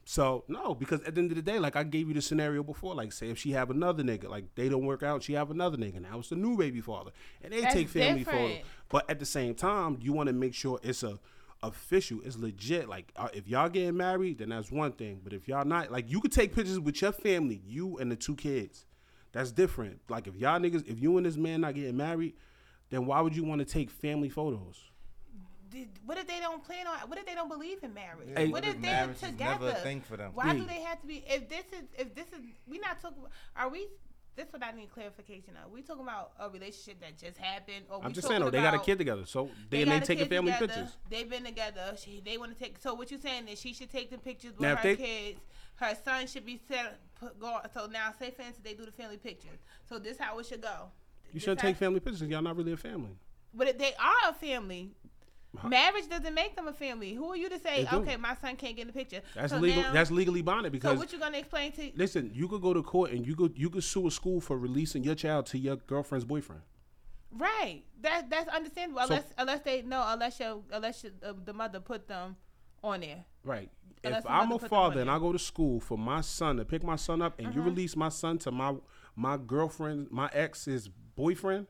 So no, because at the end of the day, like I gave you the scenario before, like say if she have another nigga, like they don't work out, she have another nigga. Now it's the new baby father, and they That's take family photos. different. But at the same time, you want to make sure it's a official, it's legit. Like uh, if y'all getting married, then that's one thing. But if y'all not, like you could take pictures with your family, you and the two kids. That's different. Like if y'all niggas, if you and this man not getting married, then why would you want to take family photos? did- what if they don't plan on? What if they don't believe in marriage? Hey, what if they're marriage is never together? a thing for them. Why do Yeah. they have to be? If this is, if this is, we not talking. about- Are we? This what I need clarification on. We talking about a relationship that just happened, or we I'm just saying though, talking they got a about- kid together, so then they got a taking kid family together. pictures. They've been together. She, they want to take. So what you saying is she should take the pictures with Now, if her they- kids. Her son should be set. Put, go. So now, say for instance, they do the family pictures. So this how it should go. You This shouldn't how- take family pictures. Y'all not really a family. But if they are a family. Huh. Marriage doesn't make them a family. Who are you to say, They do. okay, my son can't get in the picture? That's So legal. now- that's legally so. bonded because What you gonna explain to? listen, you could go to court and you could you could sue a school for releasing your child to your girlfriend's boyfriend. Right. That that's understandable. So- Unless unless they no unless your unless your, uh, the mother put them on there. Right. Unless if the I'm mother a put them father on and there. I go to school for my son to pick my son up and you release my son to my my girlfriend, my ex's boyfriend,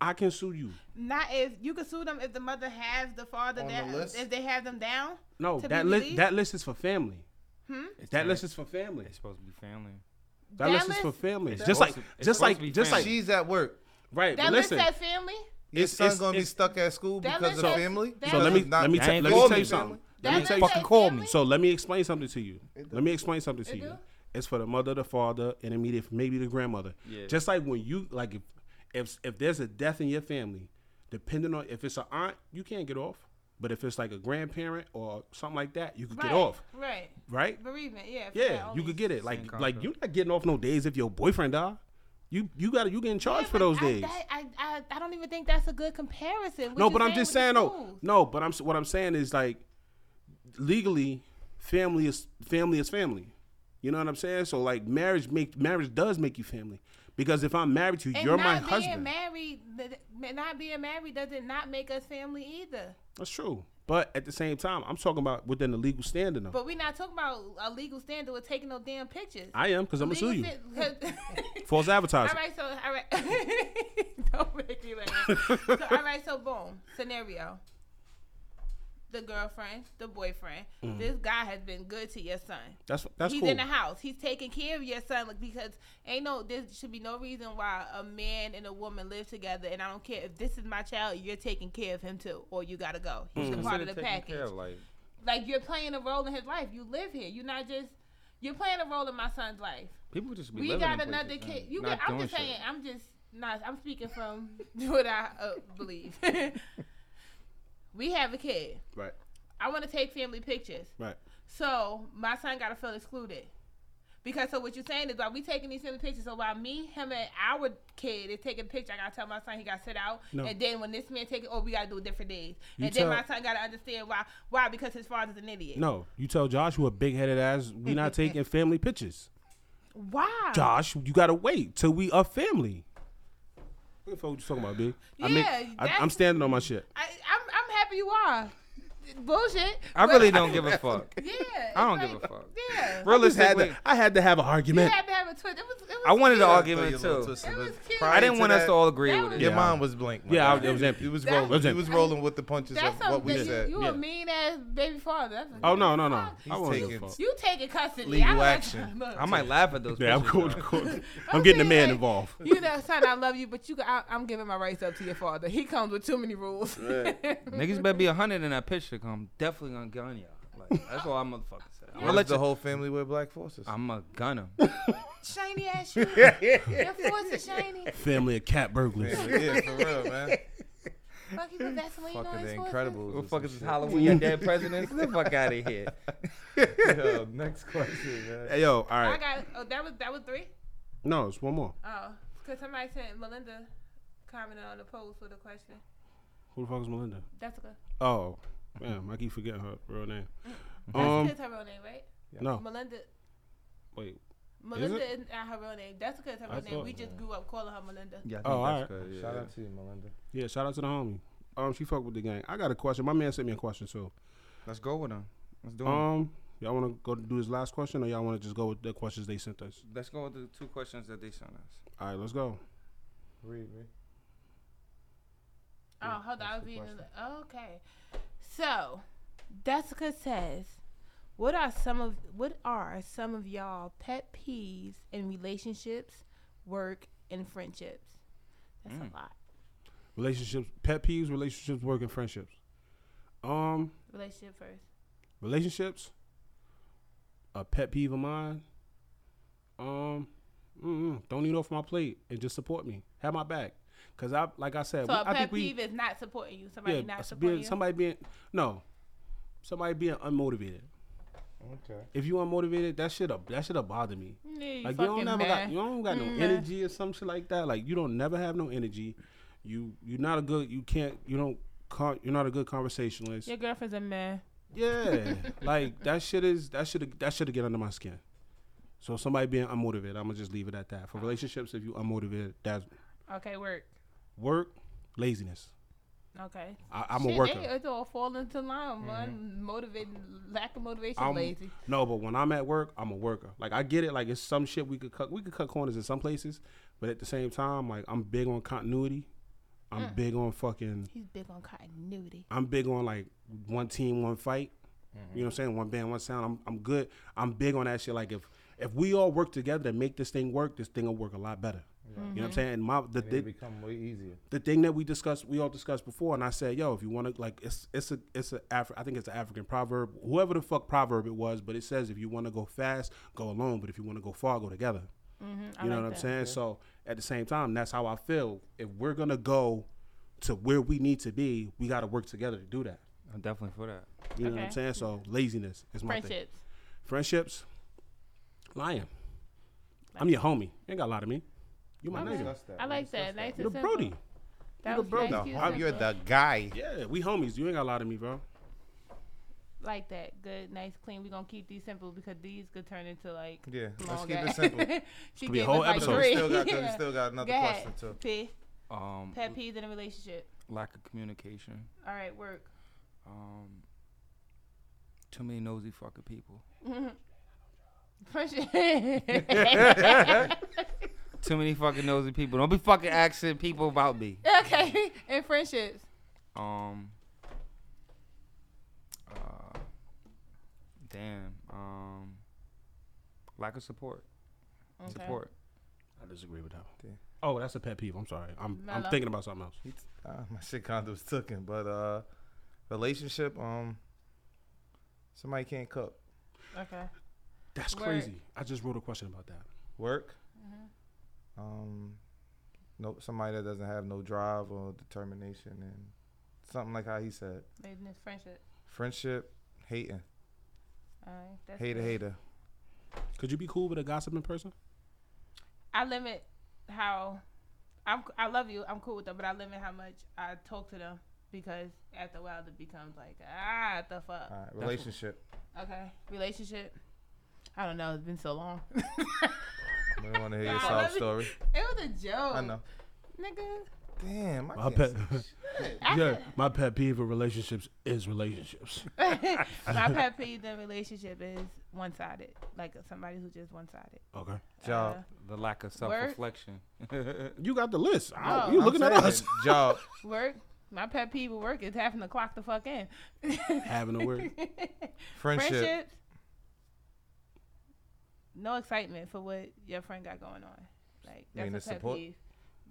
I can sue you. Not if you can sue them if the mother has the father On the down. list? if they have them down. No, To be that list released? that list is for family. It's That not- list is for family. It's supposed to be family. That, That list, is for list- family. It's Just like supposed to- it's just supposed like to be just like family. She's at work. right. That but listen, listen, list says family. Your It's- son's it's- gonna be it's- stuck at school That because list of says- family. that So let me Because not- let me That ta- ain't let call me me tell you family. something. That Let me ain't tell you. fucking call me. So let me explain something to you. Let me explain something to It you. do? It's for the mother, the father, and immediate maybe the grandmother. Yeah. Just like when you like if, if if there's a death in your family, depending on if it's an aunt, you can't get off. But if it's like a grandparent or something like that, you could right, get off, Right. right? Bereavement. Yeah. for that Yeah, you only. could get it. Like concept. like you're not getting off no days if your boyfriend die. You you got to you getting charged Yeah, but for those I, days. that- I, I, I don't even think that's a good comparison. What No, you but I'm just with saying the though. schools. No, but I'm s- what I'm saying is like legally, family is family is family. You know what I'm saying? So like marriage make marriage does make you family because if I'm married to you, And you're not my being husband. Married, th- th- not being married doesn't not make us family either. That's true. But at the same time, I'm talking about within the legal standing. Though. But we're not talking about a legal standard with taking no damn pictures. I am because I'm gonna sue you. For False advertising. All right, so all right. Don't make me laugh. so, all right, so boom scenario. The girlfriend, the boyfriend. Mm. This guy has been good to your son. That's that's He's cool. in the house. He's taking care of your son like, because ain't no there should be no reason why a man and a woman live together. And I don't care if this is my child, you're taking care of him too, or you gotta go. He's Mm. a part of the package like like you're playing a role in his life. You live here. You're not just you're playing a role in my son's life. people just be We living got in another places, kid. man, You not get, I'm doing just shit. saying. I'm just not. I'm speaking from what I uh, believe. we have a kid. right. I want to take family pictures. Right. So my son gotta feel excluded. Because so what you're saying is while we taking these family pictures, so while me, him, and our kid is taking a picture, I gotta tell my son he gotta sit out. No. And then when this man take it, oh we gotta do it different days. You and tell- then my son gotta understand why why because his father's an idiot. No, you tell Josh you a big headed ass. We not taking family pictures. Uh-huh. Why? Josh, you gotta wait till we are family. What the fuck you talking about, B? I make- Yeah, I, I'm that's- standing on my shit. I, I'm I'm happy you are. Bullshit. I But- really don't give a fuck. Yeah. I don't it's give a like- fuck. Yeah. just had Realistically, to, I had to have an You argument. had to have a twist. It was. It was I wanted to cute. argue it Throw your little too. twist It in was there. cute. Prior I didn't to want us that, to all agree That with was- it. Your Yeah. mind was blank. my Yeah, I guy. was- it was empty. It was That- rolling. It was It was empty. rolling with the punches That's of what something. we that said. You, you Yeah. a mean ass baby father. That's a- oh no, no, no! Fuck. I wasn't your taking- fault. You taking custody. Legal I don't- action. Look, I might laugh at those. Yeah, I'm pictures, cool. though. cool. I'm getting saying, the man like- involved. You that son, I love you, but you, got- I, I'm giving my rights up to your father. He comes with too many rules. Niggas better be a hundred in that picture. 'cause I'm definitely gonna gun y'all. Like that's all I'm motherfucking saying. I'm What gonna let let you. the whole family wear black forces? I'm a gunner. shiny ass shoes. Your force is shiny. Family of cat burglars. yeah, for real, man. Fuck you, Vaseline on Fucking his the forces. Incredibles. What or the fuck some is this shit. Halloween? Your dead president? Get the fuck out of here. Yo, next question, man. Hey, yo, all I right. got. Oh, that was that was three. No, it's one more. Oh, because somebody sent Melinda commented on the post with a question. Who the fuck is Melinda? That's good. Oh, man, I keep forgetting her real name. Mm-hmm. That's Um, oh. her real name, right? no, Melinda. wait. Melinda is not her real name. That's because her I real name. thought- We just grew up calling her Melinda. Yeah, I think Oh, that's alright. good, yeah. Shout out to you, Melinda. Yeah, shout out to the homie. Um, she fuck with the gang. I got a question. My man sent me a question too. Let's go with him. Let's do it. Um, y'all want to go do his last question, or y'all want to just go with the questions they sent us? Let's go with the two questions that they sent us. All right, let's go. Read me. Oh, hold on. I was that's the reading. question. the- Okay. So, Jessica says, "What are some of what are some of y'all pet peeves in relationships, work, and friendships?" That's a lot. Mm. Relationships, pet peeves, relationships, work, and friendships. Um, Relationship first. relationships, a pet peeve of mine. Um, mm-mm, don't eat off my plate and just support me. Have my back, cause I like I said, So we- a I pet think we peeve is not supporting you. Somebody not it's supporting being, you. somebody being no, somebody being unmotivated. Okay. If you unmotivated, that shit up that shit up bother me. yeah, you Like you fucking don't never got mad. you don't got no Mm, energy or some shit like that. Like you don't never have no energy. You you're not a good you can't you don't con- you're not a good conversationalist. Your girlfriend's a man. Yeah, like that shit is that should that should get under my skin. So somebody being unmotivated, I'm gonna just leave it at that. Ah. For relationships, if you unmotivated, that's Okay, work. work, laziness. Okay. I, I'm Shit, a worker. Mm-hmm. They, it's all falling into line. One motivating, lack of motivation, I'm- lazy. No, but when I'm at work, I'm a worker. Like I get it. Like it's some shit we could cut. We could cut corners in some places, but at the same time, like I'm big on continuity. I'm Mm. big on fucking. He's big on continuity. I'm big on like one team, one fight. You know what I'm saying? One band, one sound. I'm I'm good. I'm big on that shit. Like if if we all work together to make this thing work, this thing will work a lot better. You know what I'm saying? And my the, It the become way easier. the thing that we discussed, we all discussed before, and I said, "Yo, if you want to, like, it's it's a it's a Afri- I think it's an African proverb, whoever the fuck proverb it was, but it says if you want to go fast, go alone, but if you want to go far, go together." Mm-hmm. You know what I'm saying? So at the same time, that's how I feel. If we're gonna go to where we need to be, we got to work together to do that. I'm definitely for that. You know what I'm Okay. saying? So laziness is my thing. Friendships. Friendships, lying. I'm your homie. You ain't got a lot of me. You my Okay. nigga. Discuss that. I like that. Nice You the and simple. Brody. That You the was Brody. nice, The cute, hom- you're simple. the guy. Yeah, we homies. You ain't got a lot of me, bro. like that. Good, nice, clean. We're gonna keep these simple because these could turn into like Yeah, let's long keep it ass- simple. she Could be a gave whole us, like, episode. Because we three. still got, 'cause we Yeah. still got another Go ahead. question too. Mm. P. Um, Pet peeves in a relationship. lack of communication. All right, work. Um, too many nosy fucking people. Friendship. Too many fucking nosy people. Don't be fucking asking people about me. okay, and friendships. Um. Uh, damn. Um. Lack of support. Okay. Support. I disagree with that. Yeah. One. Oh, that's a pet peeve. I'm sorry. I'm I'm Mellow. thinking about something else. Ah, my shit condo's tooken, but uh, relationship. Um, somebody can't cook. Okay. That's Word. crazy. I just wrote a question about that. work. Mm-hmm. Um, no, somebody that doesn't have no drive or determination, and something like how he said, Laziness, friendship. friendship, hating, All right. That's hater, good. hater. Could you be cool with a gossiping person? I limit how I'm. I love you. I'm cool with them, but I limit how much I talk to them because after a while it becomes like ah the fuck. All right, relationship. Okay. Relationship. I don't know. It's been so long. We want to hear your Nah, sob let me- story. It was a joke. I know. Nigga. Damn, My I pet. can't. yeah, my pet peeve of relationships is relationships. My pet peeve in relationship is one sided. Like somebody who's just Uh, one sided. Okay. Job. The lack of self reflection. You got the list. I don't- No, you I'm looking at saying, us? Job. work. My pet peeve with work is having to clock the fuck in. Having a word. Friendship. Friendships. No excitement for what your friend got going on. Like You mean that's a it's pet support? peeve.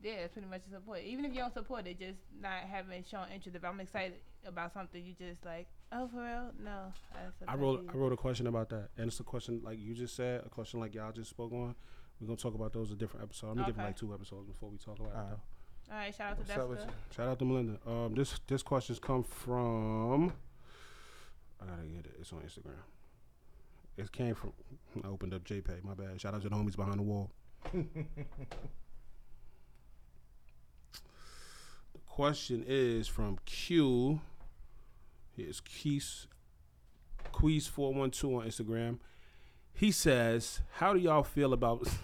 Yeah, it's pretty much a support. Even if you don't support it, just not having shown interest. If I'm excited about something, you just like, oh for real? No. That's a I pet wrote peeve. I wrote a question about that, and it's a question like you just said, a question like y'all just spoke on. We're gonna talk about those a different episode. I'm gonna give it Okay. like two episodes before we talk about it. Alright. Though. All right, shout out to What's up with Jessica. you? Shout out to Melinda. Um, this this question's come from. I gotta get it. It's on Instagram. It came from. I opened up JPEG. My bad. Shout out to the homies behind the wall. the question is from Q. Here's Keys. Queez four one two on Instagram. He says, "How do y'all feel about?"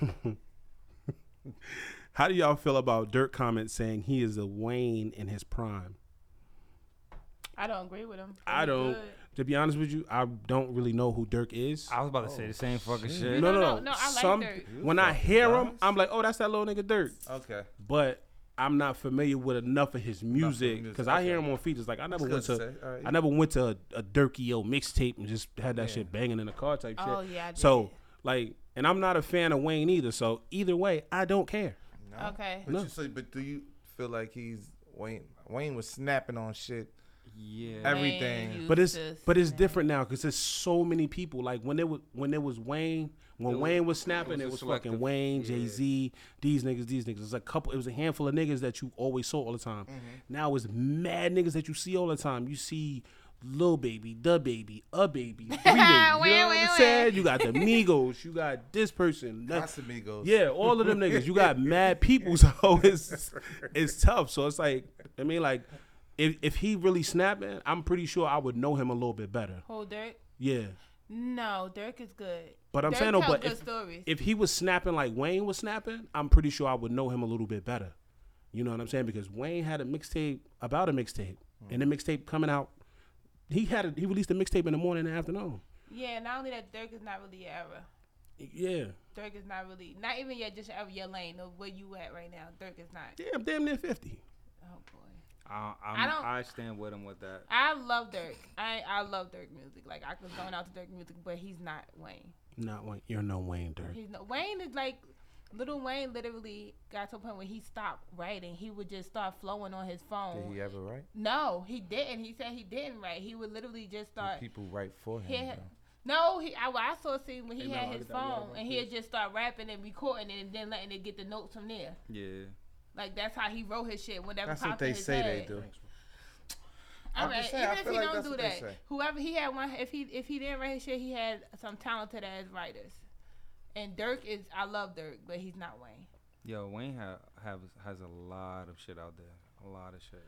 How do y'all feel about Dirk comment saying he is a Wayne in his prime? I don't agree with him. I He's don't. good. To be honest with you, I don't really know who Dirk is. I was about to say the same fucking shit. No, no, no, I like Dirk. When I hear him, I'm like, oh, that's that little nigga Dirk. Okay. But I'm not familiar with enough of his music music, because I hear him on features. Like I never went That's to, good to say. Alright, I yeah. never went to a, a Dirky yo mixtape and just had that shit banging in the car type shit. Oh, yeah, I did. So like, and I'm not a fan of Wayne either. So either way, I don't care. No. Okay. But, you, so, but do you feel like he's Wayne? Wayne was snapping on shit Yeah. Everything. Wayne But it's used to but it's snap. different now because there's so many people. Like when there was when there was Wayne, when It was- Wayne was snapping, it it was was, a fucking selective- Wayne, yeah. Jay Z, these niggas, these niggas. It was a couple. It was a handful of niggas that you always saw all the time. Mm-hmm. Now it's mad niggas that you see all the time. You see. Lil Baby, the Baby, a Baby, three baby. You know Wait, what wait, I'm wait. saying? You got the Migos, you got this person, that- Casamigos. yeah, all of them niggas. You got mad people, so it's it's tough. So it's like I mean, like if if he really snapping, I'm pretty sure I would know him a little bit better. Whole Dirk? Yeah, No, Dirk is good. but I'm Dirk saying though, tells but good if, stories. if he was snapping like Wayne was snapping, I'm pretty sure I would know him a little bit better. You know what I'm saying? Because Wayne had a mixtape about a mixtape, and the mixtape coming out, he had a, he released a mixtape in the morning and afternoon. yeah, not only that, Dirk is not really your era. Yeah, Dirk is not really, not even yet just your era, your lane of where you at right now. Dirk is not. damn, damn near fifty. Oh boy. I, I'm, I I, don't- stand with him with that. I love Dirk. I I love Dirk music. Like I was going out to Dirk music, but he's not Wayne. Not Wayne. You're no Wayne, Dirk. He's not Wayne is like Little Wayne literally got to a point where he stopped writing. He would just start flowing on his phone. Did he uh, ever write? No, he didn't. He said he didn't write. He would literally just start. People write for him. He, though. no, he, I, I saw a scene when he Hey, man, had I'll his get that water phone right and he'd just start rapping and recording it and then letting it get the notes from there. Yeah. Like that's how he wrote his shit. Whenever That's popped what in they his say they head. do. All I'm right, just saying, I even if feel he like don't that's do what they that, say. whoever he had one, if he if he didn't write his shit, he had some talented ass writers. And Dirk is, I love Dirk, but he's not Wayne. Yo, Wayne ha- have has a lot of shit out there. A lot of shit.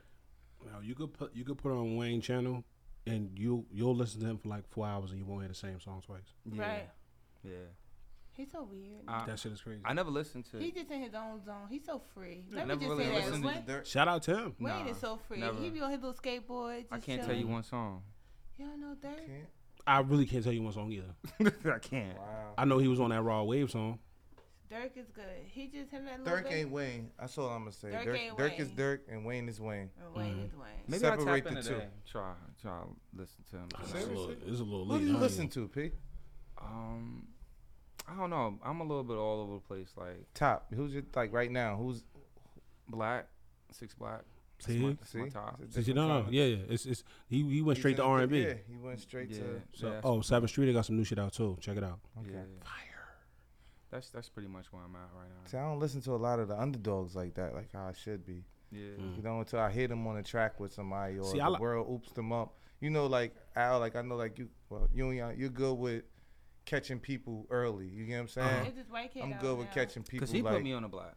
Now you could put you could put on Wayne channel, and you you'll listen to him for like four hours and you won't hear the same song twice. Yeah. Right? Yeah. He's so weird. I, That shit is crazy. I never listened to. He's just in his own zone. He's so free. I Let me never just really say that. listened to Wayne, Dirk. Shout out to him. Wayne Nah, is so free. never. He be on his little skateboard. Just I can't tell you chilling. one song. You don't know Dirk. Can't- I really can't tell you one song either. I can't. Wow. I know he was on that Raw Wave song. Dirk is good. He just him that little Dirk ain't Wayne. That's all I'm gonna say. Dirk Dirk, ain't Dirk is Wayne. Dirk and Wayne is Wayne. Or Wayne Mm-hmm. is Wayne. Maybe I'll Separate tap the into two. that. Try, try listen to him. It's a tonight. little, it's a little Who late, do you huh? listen to, P? Um, I don't know. I'm a little bit all over the place. Like Top. Who's your like right now? Who's black, six black. That's See? my, that's my See? top. It's a Did you know? different Yeah, yeah. It's it's he, he went straight to R genre. and B. Yeah, he went straight Yeah. to. So yeah, oh, Seventh Street, they got some new shit out too. Check it out. yeah. Okay. Fire. That's that's pretty much where I'm at right now. See, I don't listen to a lot of the underdogs like that, like how I should be. Yeah. Mm. You know, until I hit them on a track with somebody or See, I the li- world oops them up. You know, like Al, like I know, like you, well, you and y'all, you're good with catching people early. You get what I'm saying? It's this white kid. I'm out good with now. catching people. Cause he like, put me on the black.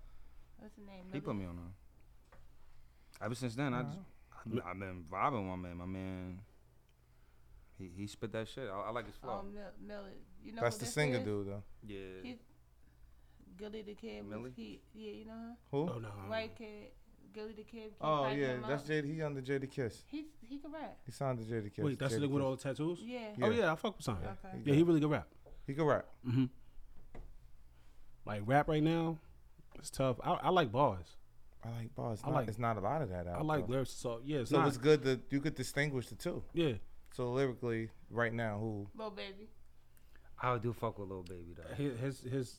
What's his name? He put me on her. Ever since then, I just I've- I've been vibing with my man. My man, he he spit that shit. I, I like his flow. Oh, Mill, Mill, you know that's who the this singer is? dude though. yeah, He- Gilly the Kid. was- Millie? He, yeah, you know him? Who? Oh no. White kid, Gilly the Kid. Oh yeah, that's Jada. He under Jada Kiss. He's he can rap. He signed to Jada Kiss. Wait, that's the Jada nigga with Kiss. all the tattoos. Yeah. Yeah. Oh yeah, I fuck with Simon. Okay. Yeah, he really can rap. He can rap. Mm-hmm. Like rap right now, it's tough. I, I like bars. I like bars. It's I not, like- it's not a lot of that out. I like though. lyrics. So yeah, it's So not. it's good that you could distinguish the two. yeah. So lyrically, right now, who? Little baby. I do fuck with little baby though. his his his,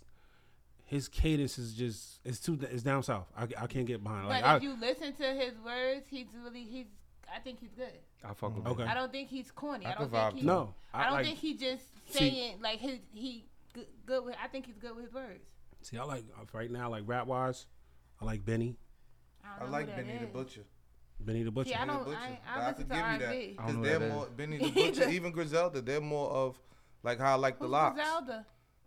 his cadence is just it's too it's down south. I, I can't get behind. Like But I, if you listen to his words, he's really he's. I think he's good. I fuck with. okay, I don't think he's corny. I, I don't can vibe think he. to no, I don't like, think he just See- saying like his he good, good with. I think he's good with his words. see. I like uh, right now like rap wise. I like Benny, I, don't I know who like that Benny the is. Butcher. Benny the Butcher. Yeah, I Benny don't. the I, Butcher. I, But I listen could to give you R&B. that. I Because don't know they're who that more is. Benny the Butcher, Either. even Griselda. They're more of like how I like the Who's locks. Griselda?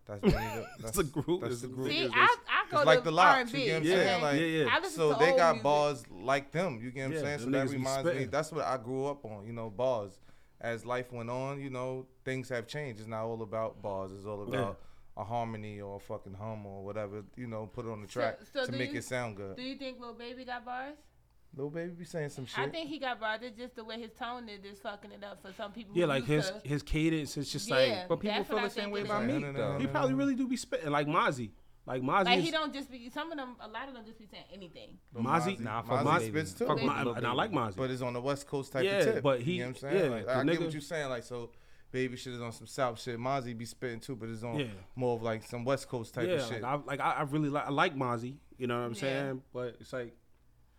That's Benny. The, that's It's a group. That's It's the a group. group. See, is I I go It's like to the locks. R&B. You get what I'm Yeah. saying? okay? Like, Yeah, yeah. I listen so to they old got music. bars like them. You get what Yeah, I'm saying? So them niggas that be reminds me. spitting. That's what I grew up on. You know, bars. As life went on, you know, things have changed. It's not all about bars. It's all Yeah. about a harmony or a fucking hum or whatever. You know, put it on the track so to do make you- it sound good. Do you think Lil Baby got bars? Lil baby be saying some I shit. think he got bars. It's just the way his tone is is fucking it up for some people. yeah, who like used his to- his cadence. It's just Yeah. like But people That's feel what I the same think way it about is. me No, no, no, though. no, he no. probably really do be spitting like Mozzie. Like Mozzie, Like is, he don't just be some of them. A lot of them just be saying anything. Lil Mozzie- Nah, I Mozzie fuck with spits Baby. too. Fuck with Ma- Lil and I like Baby. Mozzie. but it's on the West Coast type Yeah, of tip. but he- you know what I'm saying? yeah, Like, the I get nigga- what you're saying. Like so, baby shit is on some South shit. Mozzie be spitting too, but it's on Yeah. more of like some West Coast type yeah, of shit. like I, like I, I really like I like Mozzie. You know what I'm Yeah. saying? But it's like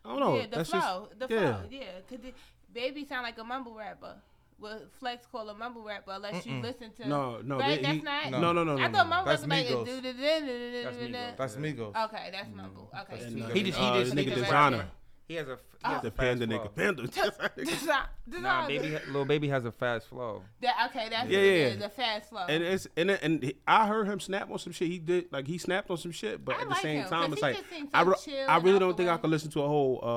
I don't know. yeah, the Oh, that's flow, just the yeah. flow, yeah. Cause it, Baby sound like a mumble rapper. What Flex call a mumble rapper unless you listen to. No, no, Right, they- that's he- not- No, no, no, no. I no, thought mumble That's was like. Migos. That's Migos. Okay, That's Migos. that's mumble. Okay. And, uh, He just- he uh, just- nigga he just- designer. He has a. f- Oh. He has The a panda panda nigga. Panda. Design- design- Nah, baby, little baby has a fast flow. That, okay, that's Yeah, what it yeah. is, The fast flow. And it's and it- and he- I heard him snap on some shit. He did like he snapped on some shit, but I at the like same him, 'cause time, he it's like just seems so I, re- chill I and really out don't the think I way. could listen to a whole uh,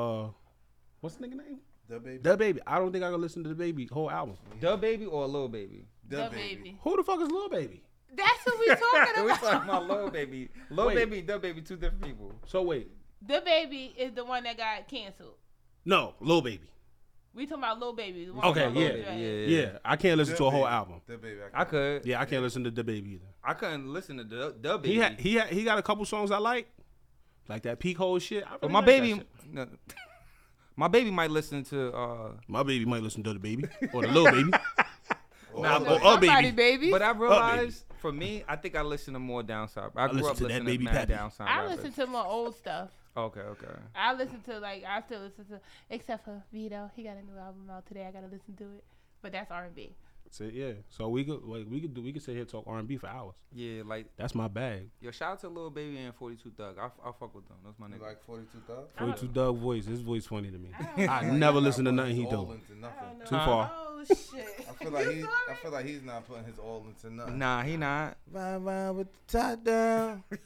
what's the nigga name? The baby. The baby. I don't think I could listen to the baby whole album. Dub baby or little baby? the baby. Who the fuck is Lil Baby? That's what we talking we about. talking about little baby. Little Wait. baby and dub baby, two different people. So wait, the baby is the one that got canceled. no, Lil Baby. We talking about little baby. The one Okay, from Lil yeah. Dre. Yeah, I can't listen The to a whole Baby. album. The baby. I I could. Yeah, I can't listen to the baby either. I couldn't listen to dub, dub baby. He had, he had, he got a couple songs I like, like that peak hole shit. I but really my like that baby, shit. no, my baby might listen to. uh my baby might listen to the baby or the little baby. or, Nah, or, but- or Somebody baby. baby. But I baby. realized, for me, I think I listen to more downside. I, grew listen up to that listening baby to mad Pappy. downside. I listen to more old stuff. Okay, okay. I listen to like I still listen to except for Vito. He got a new album out today. I gotta listen to it. But that's R and B. So, yeah, so we could like we could do we could sit here and talk R and B for hours. Yeah, like That's my bag. yo, shout out to Lil Baby and Forty Two Thug. I, f- I fuck with them. That's my could. nigga. Like 42,000. I don't- Forty two Doug voice. His voice funny to me. don't I never listen to He's nothing he all do. into nothing. Too far. Oh shit. I feel like You he. saw I it? feel like he's not putting his all into nothing. nah, he not. Ride, ride with the top down. Uh-huh.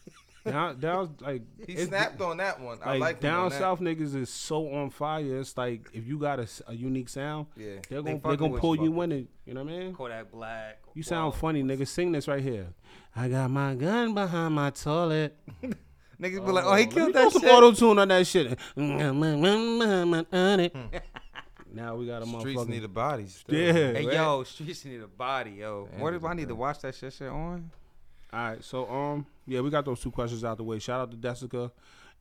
Down, down like He it's- snapped on that one. I Like, like him on down that. south niggas is so on fire. It's like if you got a, s- a unique sound, Yeah. they're They gonna they are fucking going to with pull you, you fuck in. And, you know what I mean? Kodak Black. You sound funny, nigga. Sing this right here. I got my gun behind my toilet. Niggas be like, oh, he Let me killed throw that some shit. auto tune on that shit. Hmm. now we got a Streets need motherfucker. a body. Still. Yeah. Hey yo, streets need a body, yo. Damn, What if I nigga. need to watch that shit shit on? All right, so um, yeah, we got those two questions out the way. Shout out to Desica,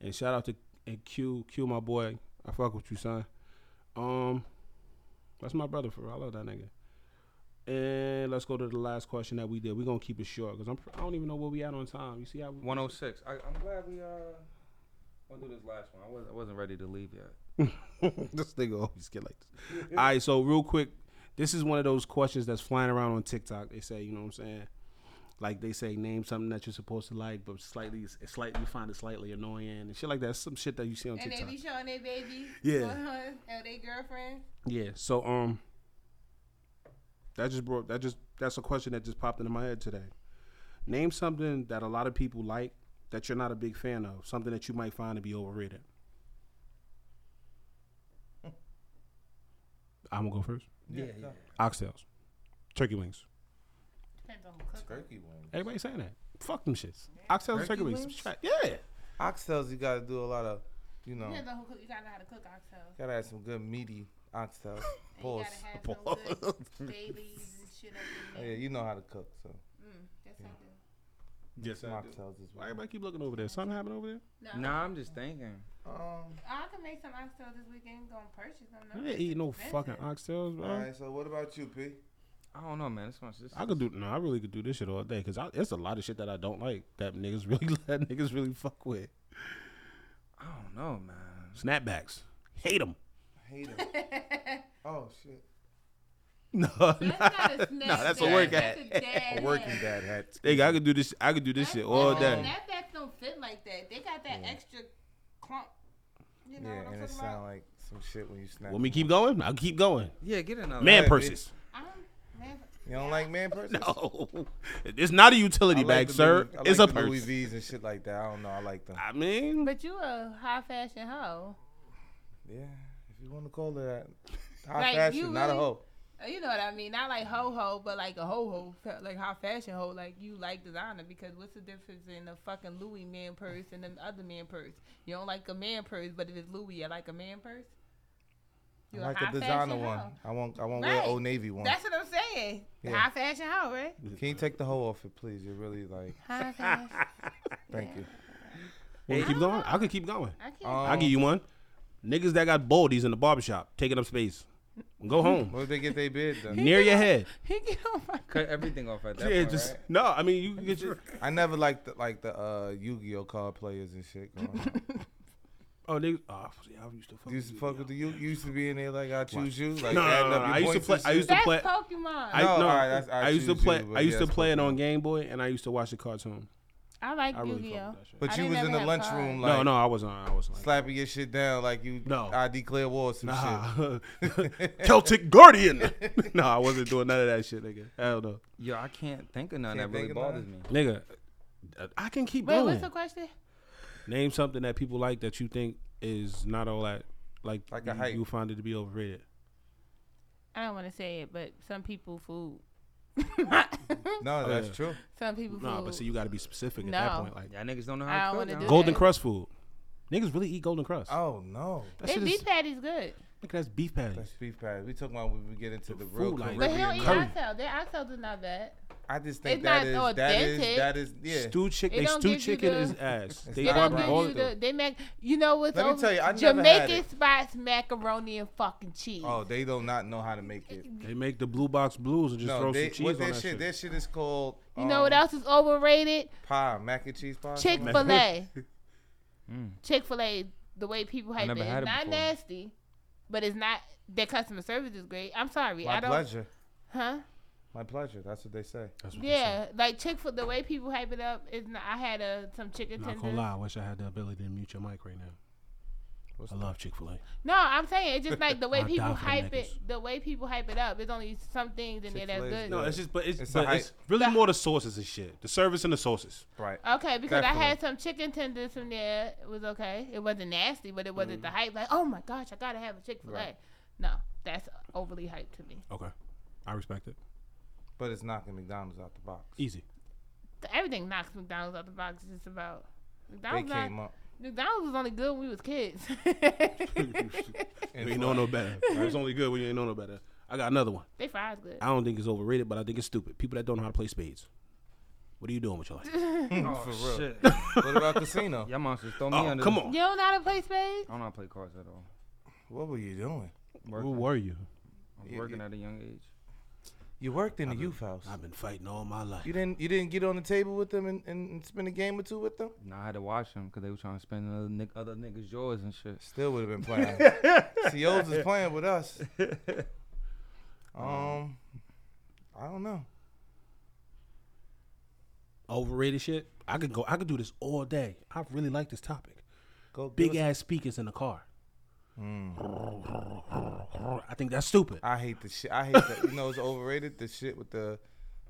and shout out to and Q Q my boy. I fuck with you, son. Um, that's my brother for real. I love that nigga. And let's go to the last question that we did. We're gonna keep it short because I'm I don't even know where we at on time. You see how we, One oh six. I'm glad we uh. Gonna do this last one. I wasn't, I wasn't ready to leave yet. this nigga always get like this. All right, so real quick, this is one of those questions that's flying around on TikTok. They say, you know what I'm saying? Like they say, name something that you're supposed to like, but slightly, slightly you find it slightly annoying and shit like that. Some shit that you see on And they TikTok. be showing their baby. Yeah. And they girlfriend. Yeah. So um, that just brought that just that's a question that just popped into my head today. Name something that a lot of people like that you're not a big fan of. Something that you might find to be overrated. I'm gonna go first. Yeah, yeah. Oxtails, turkey wings. Depends on who cooks. Turkey wing. Everybody saying that. Fuck them shits. Oxtails, and turkey Turkey wings. wings? Try- Yeah. Oxtails, you gotta do a lot of, you know, Depends on who cook. You gotta know how to cook oxtails. gotta have some good meaty oxtails. And you Pause. gotta have some good babies and shit up Oh, in yeah, there. you know how to cook, so Mm, that's how I do. Yes, some oxtails as Why well. everybody keep looking over there? Something happened over there? No. Nah, I'm just thinking. Um, I can make some oxtails this weekend. Go and purchase them. I No, ain't eating no fucking oxtails, bro. all right. So what about you, P? I don't know, man. This one's just. I could do no. I really could do this shit all day because it's a lot of shit that I don't like that niggas really that niggas really fuck with. I don't know, man. Snapbacks, hate them. Hate 'em. oh shit. No, That's not a snack. no, that's a bag, work that's hat. a dad A working hat. dad hat. Nigga, I could do this. I could do this shit all That's- day. Snapbacks don't fit like that. They got that extra clump. You know Yeah, what I'm and it talking about? sound like some shit when you snap. Want me to keep going? I'll keep going. Yeah, get another. Man right, purses. I'm, man, You don't like man purses? No, it's not a utility I like bag, the sir. Louis- I it's a like the Louis purse. V's and shit like that. I don't know. I like them. I mean, but you a high fashion hoe. Yeah, if you want to call it that. High Like, fashion, you not a really- hoe. Uh, You know what I mean? Not like ho ho, but like a ho ho, fa- like high fashion ho. Like you like designer because what's the difference in a fucking Louis man purse and an other man purse? You don't like a man purse, but if it's Louis, you like a man purse. I You like high a designer fashion one. hoe. I won't. I won't Right. wear Old Navy one. That's what I'm saying. Yeah. High fashion hoe, right? Can you take the hoe off it, please? You're really like. High fashion. Thank you. want me to keep going? I could keep going. I can't. Um, I'll give you one. Niggas that got baldies in the barbershop taking up space. Go Mm-hmm. home. What if they get their beard done? Near your head. he get on my. Cut everything off at that Yeah, point, just right? no. I mean, you can get your I never liked the, like the uh, Yu-Gi-Oh card players and shit. growing up. Oh, niggas. Oh, yeah, I used to fuck. You used to with fuck with the you. You used to be in there like I choose you. Like No, no, adding no, up no, your I used to points play- and I shit? used to That's play- Pokemon. I, I, No, no, alright, that's- I I, used to choose play. you, but I used yeah, to that's play it cool. on Game Boy, and I used to watch the cartoon. like I really Yu-Gi-Oh. fucked that shit. But I you didn't was ever in the have cards. lunchroom like no, no, I wasn't. I wasn't. Like, slapping your shit down like you. No. I declare war or some shit. nah, Celtic Guardian. no, I wasn't doing none of that shit, nigga. Hell no, Yo, I can't think of none Can't that really think of bothers me. none? nigga. I can keep Wait, going. what's the question? Name something that people like that you think is not all that. Like, Like a you, hype. you find it to be overrated. I don't want to say it, but some people food. No, that's Oh, yeah. true. some people food. Nah, but see, you got to be specific at that No. point. Like Y'all niggas don't know I don't how to cook. wanna now. do that. Golden Crust food. Niggas really eat Golden Crust. Oh no, that they shit beef is, patties good. nigga, that's beef that's patties. beef patties. We talking about when we get into the, The real. food, like- But Caribbean. he don't eat curry. oxtail. Their oxtails is not bad. I just think It's that not is that is authentic. that is yeah. Stew chick, It they don't stew give you chicken the- is ass. They They don't barbecue give all you of them. the. They make. You know what's Let me over? tell you, I never Jamaican had it. spots macaroni and fucking cheese. Oh, they do not know how to make it. They make the blue box blues and just No, throw they, some what cheese on their that shit? shit. Their shit is called. you know what um, else is overrated? Pie, mac and cheese pie. Chick something like Fil A. Mm. Chick Fil A. The way people hype it, never it's had it not before. nasty, but it's not. Their customer service is great. I'm sorry, that. My I don't. pleasure. Huh? My pleasure. That's what they say. That's what they say. Yeah, like Chick Fil. The way people hype it up is. Not, I had uh some chicken Not tenders. gonna lie, I wish I had the ability to mute your mic right now. I love Chick Fil A. No, I'm saying it's just like the way I people die for hype it. niggas. The way people hype it up. There's only some things in there that's Chick-fil-A's good. No, it's just, but it's, It's a but hype. it's really more the sauces and shit. The service and the sauces. Right. Okay, because I had Definitely. some chicken tenders from there. It was okay. It wasn't nasty, but it wasn't the hype. Like, oh my gosh, I gotta have a Chick Fil A. Mm. Right. No, that's overly hyped to me. Okay, I respect it. But it's knocking McDonald's out the box. Easy. Th- Everything knocks McDonald's out the box. It's just about They McDonald's. Not, came up. McDonald's was only good when we was kids. and We ain't know no better. It's only good when you ain't know no better. I got another one. they fries good. I don't think it's overrated, but I think it's stupid. People that don't know how to play spades. What are you doing with your life? for real. Oh, Shit. What about casino? Y'all monsters throw me Oh, under. come the- on. You don't know how to play spades? Oh. I don't know how to play cards at all. What were you doing? Working. were you? I was Yeah, working yeah. at a young age. You worked in the youth house. I've been fighting all my life. You didn't. You didn't get on the table with them and, and, and spend a game or two with them. And I had to watch them because they were trying to spend other, nick- other niggas' jaws and shit. Still would have been playing. COs is playing with us. Um, I don't know. Overrated shit. I could go. I could do this all day. I really like this topic. Go give Big us- ass speakers in the car. I think that's stupid. Hmm. I hate the shit. I hate that. You know, it's overrated. The shit with the,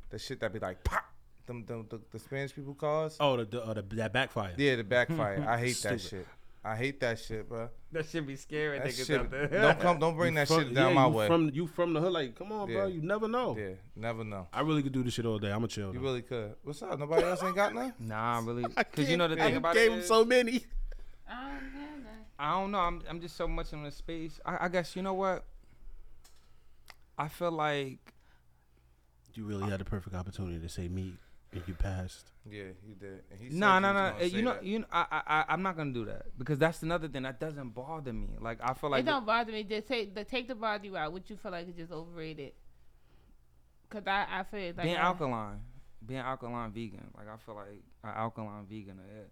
the shit that be like pop. Them, them the, the Spanish people cars. Oh, the, the, uh, the that backfire. Yeah, the backfire. I hate that Stupid. shit. I hate that shit, bro. That should be scary, That shit. Don't come. Don't bring that From- shit down yeah, my you way. From you from the hood, like come on, bro. Yeah. You never know. yeah, never know. I really could do this shit all day. I'm a chill. You though. really could. What's up? Nobody else ain't got none. Nah, I'm really. Because you know the thing about it. is, many. I don't know. I don't know. I'm, I'm just so much in the space. I, I guess, you know what? I feel like. You really had the perfect opportunity to say me, and you passed. Yeah, you did. And he said No, no, he was no. gonna say eh, You know, that. you know, I, I, I- I'm not gonna do that because that's another thing that doesn't bother me. Like I feel like it don't bother me. Just take the take the bother you out. What you feel like is just overrated? Cause I I feel like being I- alkaline, being alkaline vegan. Like I feel like an alkaline vegan. It,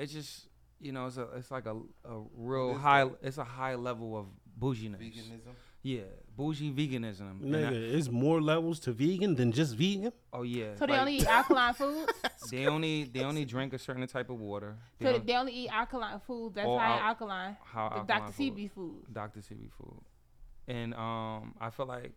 it's just you know, it's a, it's like a, a real is high, it's a high level of bouginess. veganism. Yeah, bougie veganism. And I- Nigga, it's more levels to vegan than just vegan. oh yeah. So they like, only eat alkaline foods. they only they only drink a certain type of water. They so don't- they only eat alkaline foods. That's All high al- alkaline. how The alkaline Dr. food- CB food. Dr. CB food, and um, I feel like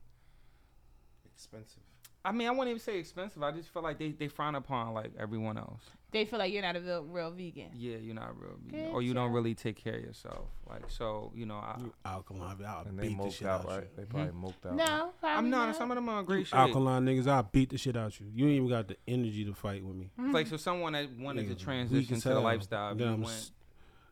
Expensive. I mean I wouldn't even say expensive. I just feel like they they frown upon like everyone else. They feel like you're not a real, real vegan. Yeah, you're not real, vegan, or you don't really take care of yourself. Like so, you know, I, Alkaline, I'll And they beat the moked shit out, out, right? you. They probably moked out. No, probably I'm not. not. Some of them are in great shape. Alkaline niggas, I'll beat the shit out you. You ain't even got the energy to fight with me. It's Like so, someone that wanted to Nigga, weak transition as to the hell. lifestyle, Then you I'm went s-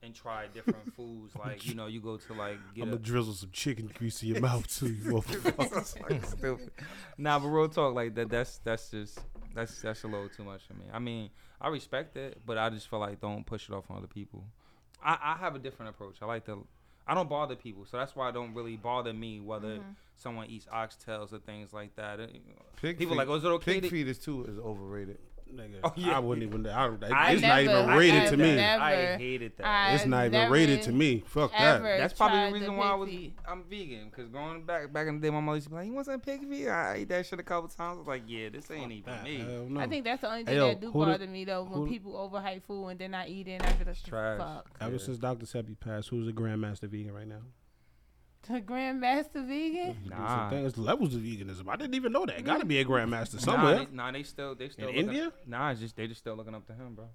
and tried different foods. Like you know, you go to like get I'm a, gonna drizzle some chicken grease in your mouth too, you Oh, motherfuckers. nah, but real talk, like that. That's that's just that's that's a little too much for me. I mean, I respect it, but I just feel like don't push it off on other people. I I have a different approach. I like to. I don't bother people, so that's why it don't really bother me whether Mm-hmm. someone eats oxtails or things like that. It- Pig people feet. like, oh, is it okay? Pig to-" feet is too is overrated. Nigga, Oh, yeah. I wouldn't even. I don't. I it's not never- even I rated to me. never- I hated that. I- It's not even never, rated to me. Fuck that. ever That's probably tried the reason the why I pig was feet. I'm vegan. Cause going back back in the day, my mother used to be like, "You want some pig feet?" I ate that shit a couple times. I was like, "Yeah, this ain't even me." Hell no. I think that's the only Hey, thing yo, that do who the- bother me though when who- people overhype food and then I eat it and I feel like trash. fuck. Ever since Dr. Seppi passed, who's a grandmaster vegan right now? The Grandmaster vegan? He's doing some Nah. things. It's levels of veganism. I didn't even know that. Mm. Got to be a grandmaster Nah, somewhere. they, nah, they still they still In looking- India? Nah, it's just they just still looking up to him, bro.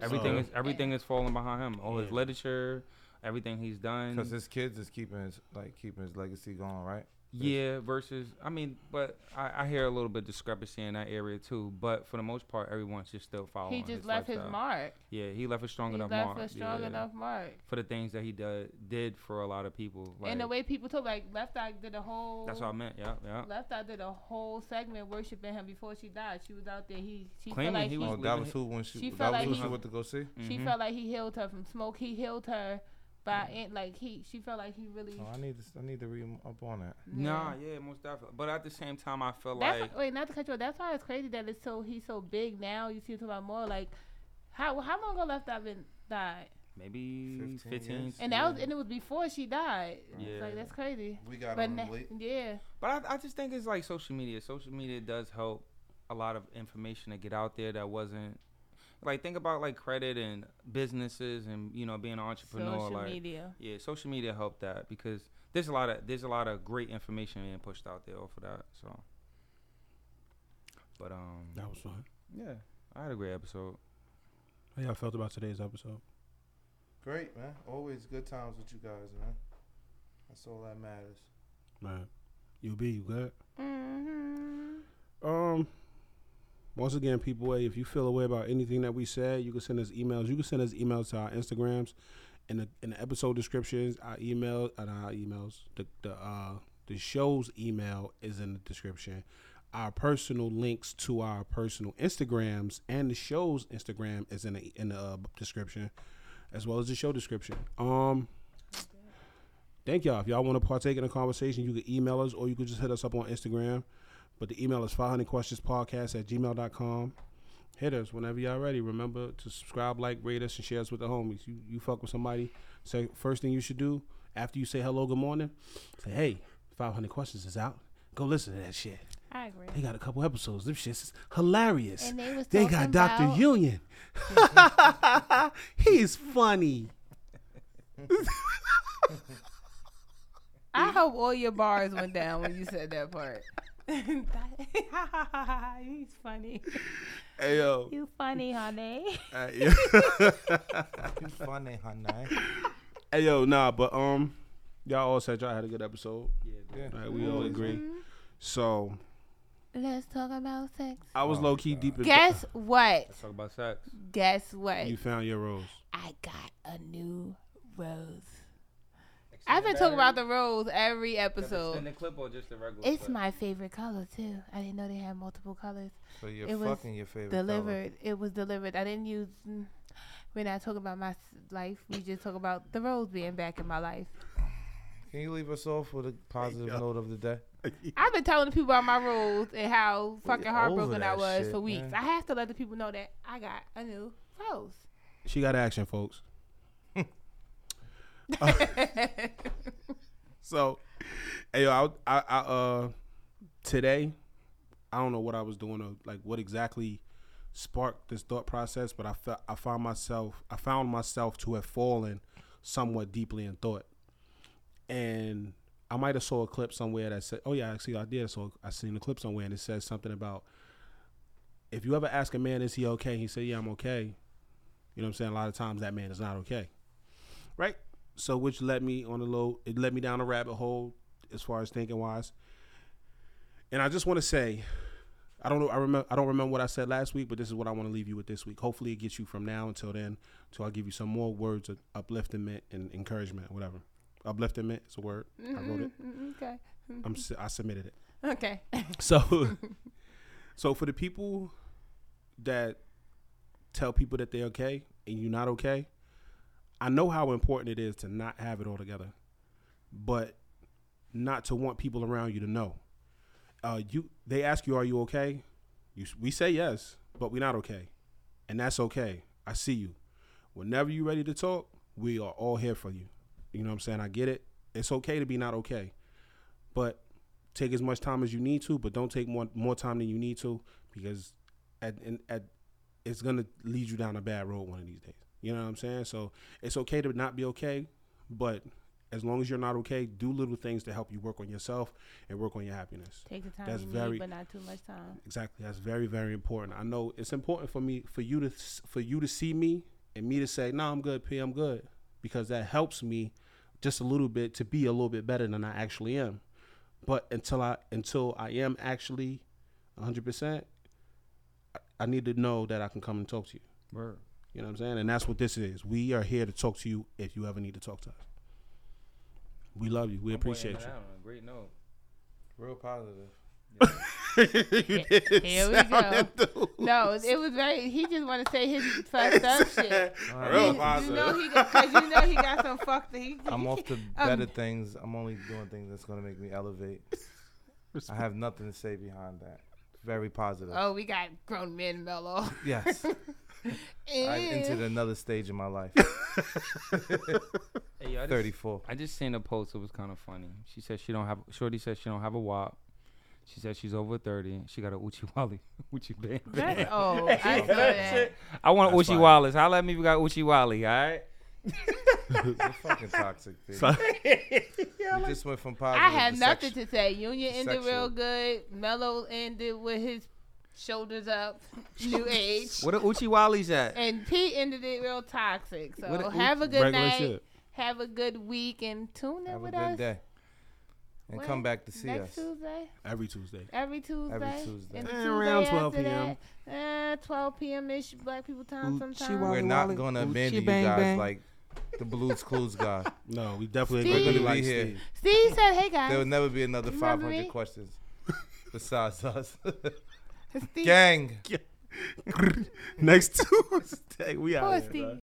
Everything is everything is falling behind him. All his Yeah. literature, everything he's done. Because his kids is keeping his like keeping his legacy going, right? Yeah, versus I mean, but I, I hear a little bit discrepancy in that area too. But for the most part, everyone's just still following. He just left his lifestyle. mark. Yeah, he left a strong He enough left mark. a strong yeah, enough mark. for the things that he did did for a lot of people. Like, and the way people talk, like Left Eye did a whole. that's what I meant. Yeah, yeah. Left Eye did a whole segment worshiping him before she died. She was out there. He she Claiming felt like he he, was Oh, that was who when she, She that felt was like who he- she went to go see. she Mhm. felt like he healed her from smoke. He healed her by it, like he she felt like he really. Oh, I need to I need to read up on that. Nah, yeah, most definitely. But at the same time, I feel That's like wait, not to cut you off. That's why it's crazy that it's so he's so big now. You see him talking about more like how how long ago Left Eye been died? maybe 15. 15 years. And that was and it was before she died. Yeah. It's like that's crazy. We got But na- yeah, But I, I just think it's like social media. Social media does help a lot of information to get out there that wasn't. Like think about like credit and businesses and you know being an entrepreneur. social like media. yeah, social media helped that because there's a lot of there's a lot of great information being pushed out there off of that. So, but um, That was fun. yeah, I had a great episode. How y'all felt about today's episode? Great man, always good times with you guys, man. That's all that matters. Man, you be you good. Mm-hmm. Um, once again, people, hey, if you feel away about anything that we said, you can send us emails. You can send us emails to our Instagrams, in the in the episode descriptions. Our email and our emails. The the uh the show's email is in the description. Our personal links to our personal Instagrams and the show's Instagram is in the in the uh, description, as well as the show description. Um. Thank y'all. If y'all want to partake in the conversation, you can email us or you can just hit us up on Instagram. But the email is 500 questions podcast at gmail.com. Hit us whenever y'all ready. Remember to subscribe, like, rate us, and share us with the homies. You you fuck with somebody. Say first thing you should do after you say hello, good morning, say, hey, 500 questions is out. Go listen to that shit. I agree. They got a couple episodes. Them shits is hilarious. And they was They talking got Dr. about- Union. He's funny. I hope all your bars went down when you said that part. He's funny. Hey, yo. You funny, honey. You funny, honey. Hey, yo, nah, but um, y'all all said y'all had a good episode. Yeah. All right, we all agree. So Let's talk about sex. I was low key deep in. Guess what? Let's talk about sex. Guess what? You found your rose. I got a new rose. I've been talking about the rose every In the episode. clip or just the regular? It's clip? my favorite color too. I didn't know they had multiple colors. So you're It was fucking your favorite. delivered. It was delivered. I didn't use. mm, We're not talking about my s- life. We just talk about the rose being back in my life. Fella. Can you leave us off with a positive note of the day? I've been telling the people about my rules and how fucking over heartbroken I that was shit, for weeks. man. I have to let the people know that I got a new rose. She got action, folks. Uh, so, hey, yo, I, I, I, uh, today, I don't know what I was doing or like what exactly sparked this thought process, but I felt I found myself I found myself to have fallen somewhat deeply in thought, and I might have saw a clip somewhere that said, "Oh yeah, actually I did." So I seen a clip somewhere and it says something about if you ever ask a man, "Is he okay?" He said, "Yeah, I'm okay." You know what I'm saying? A lot of times that man is not okay. Right? So which led me on a low it led me down a rabbit hole as far as thinking wise. And I just want to say, I don't know I remember I don't remember what I said last week, but this is what I want to leave you with this week. Hopefully it gets you from now until then, till I give you some more words of upliftment and encouragement, whatever. Upliftment is a word. I wrote it. Mm, Okay. I'm s- I submitted it. Okay. So, so for the people that tell people that they're okay and you're not okay, I know how important it is to not have it all together, but not to want people around you to know. Uh, you they ask you, "Are you okay?" You s- we say yes, but we're not okay, and that's okay. I see you. Whenever you're ready to talk, we are all here for you. You know what I'm saying? I get it. It's okay to be not okay, but take as much time as you need to, but don't take more more time than you need to because at in- at it's gonna lead you down a bad road one of these days. You know what I'm saying? So it's okay to not be okay, but as long as you're not okay, do little things to help you work on yourself and work on your happiness. Take the time That's you very- need, but not too much time. Exactly. That's very very important. I know it's important for me for you to for you to see me and me to say, "No, I'm good, P. I'm good," because that helps me just a little bit to be a little bit better than I actually am. But until I until I am actually 100%, I- I need to know that I can come and talk to you. Word. You know what I'm saying? And that's what this is. We are here to talk to you if you ever need to talk to us. We love you. We My boy appreciate ended that on a Great note. Real positive. you. You did Here we sound go. enthused. No, it was very. He just want to say his fucked up shit. Oh, Real He- You know he got, cause you know he got some fucked. He, I'm off to Um, better things. I'm only doing things that's gonna make me elevate. I have nothing to say behind that. Very positive. oh, we got grown men mellow. Yes, I entered Ew. another stage in my life. Hey, yo, I just- 34. I just seen a post. It was kind of funny. She said she don't have. Shorty says she don't have a wop. She said she's over thirty. She got a Uchi Wally, Uchi band. That's old. oh, I saw that. I want That's Uchi fire. Wallace. Holla at me if you got Uchi Wally. All right. You're fucking toxic, bitch. you just went from positive. I have to nothing sexual. to say. Union ended sexual. real good. Mellow ended with his shoulders up, new age, Where the Uchi Wally's at? and Pete ended it real toxic. So What a- have a good regular night. shit. Have a good week and tune in Have a with good us day, and When? come back to see next us. Tuesday. Every Tuesday. Every Tuesday. Tuesday. and the Eh, around Tuesday 12 after p.m.. that, eh, 12 p.m. ish Black people time Ooh, she sometimes. wa- We're Wally, not Wally. gonna Oochie abandon you bang, guys bang. like the Blues Clues guy. No, we definitely Steve. ain't gonna We're be gonna like be here. Steve. Steve said, "Hey There will guys." never be another You remember 500 me? questions besides us. Steve, Gang. Next Tuesday, we out. poor here, bro. Steve.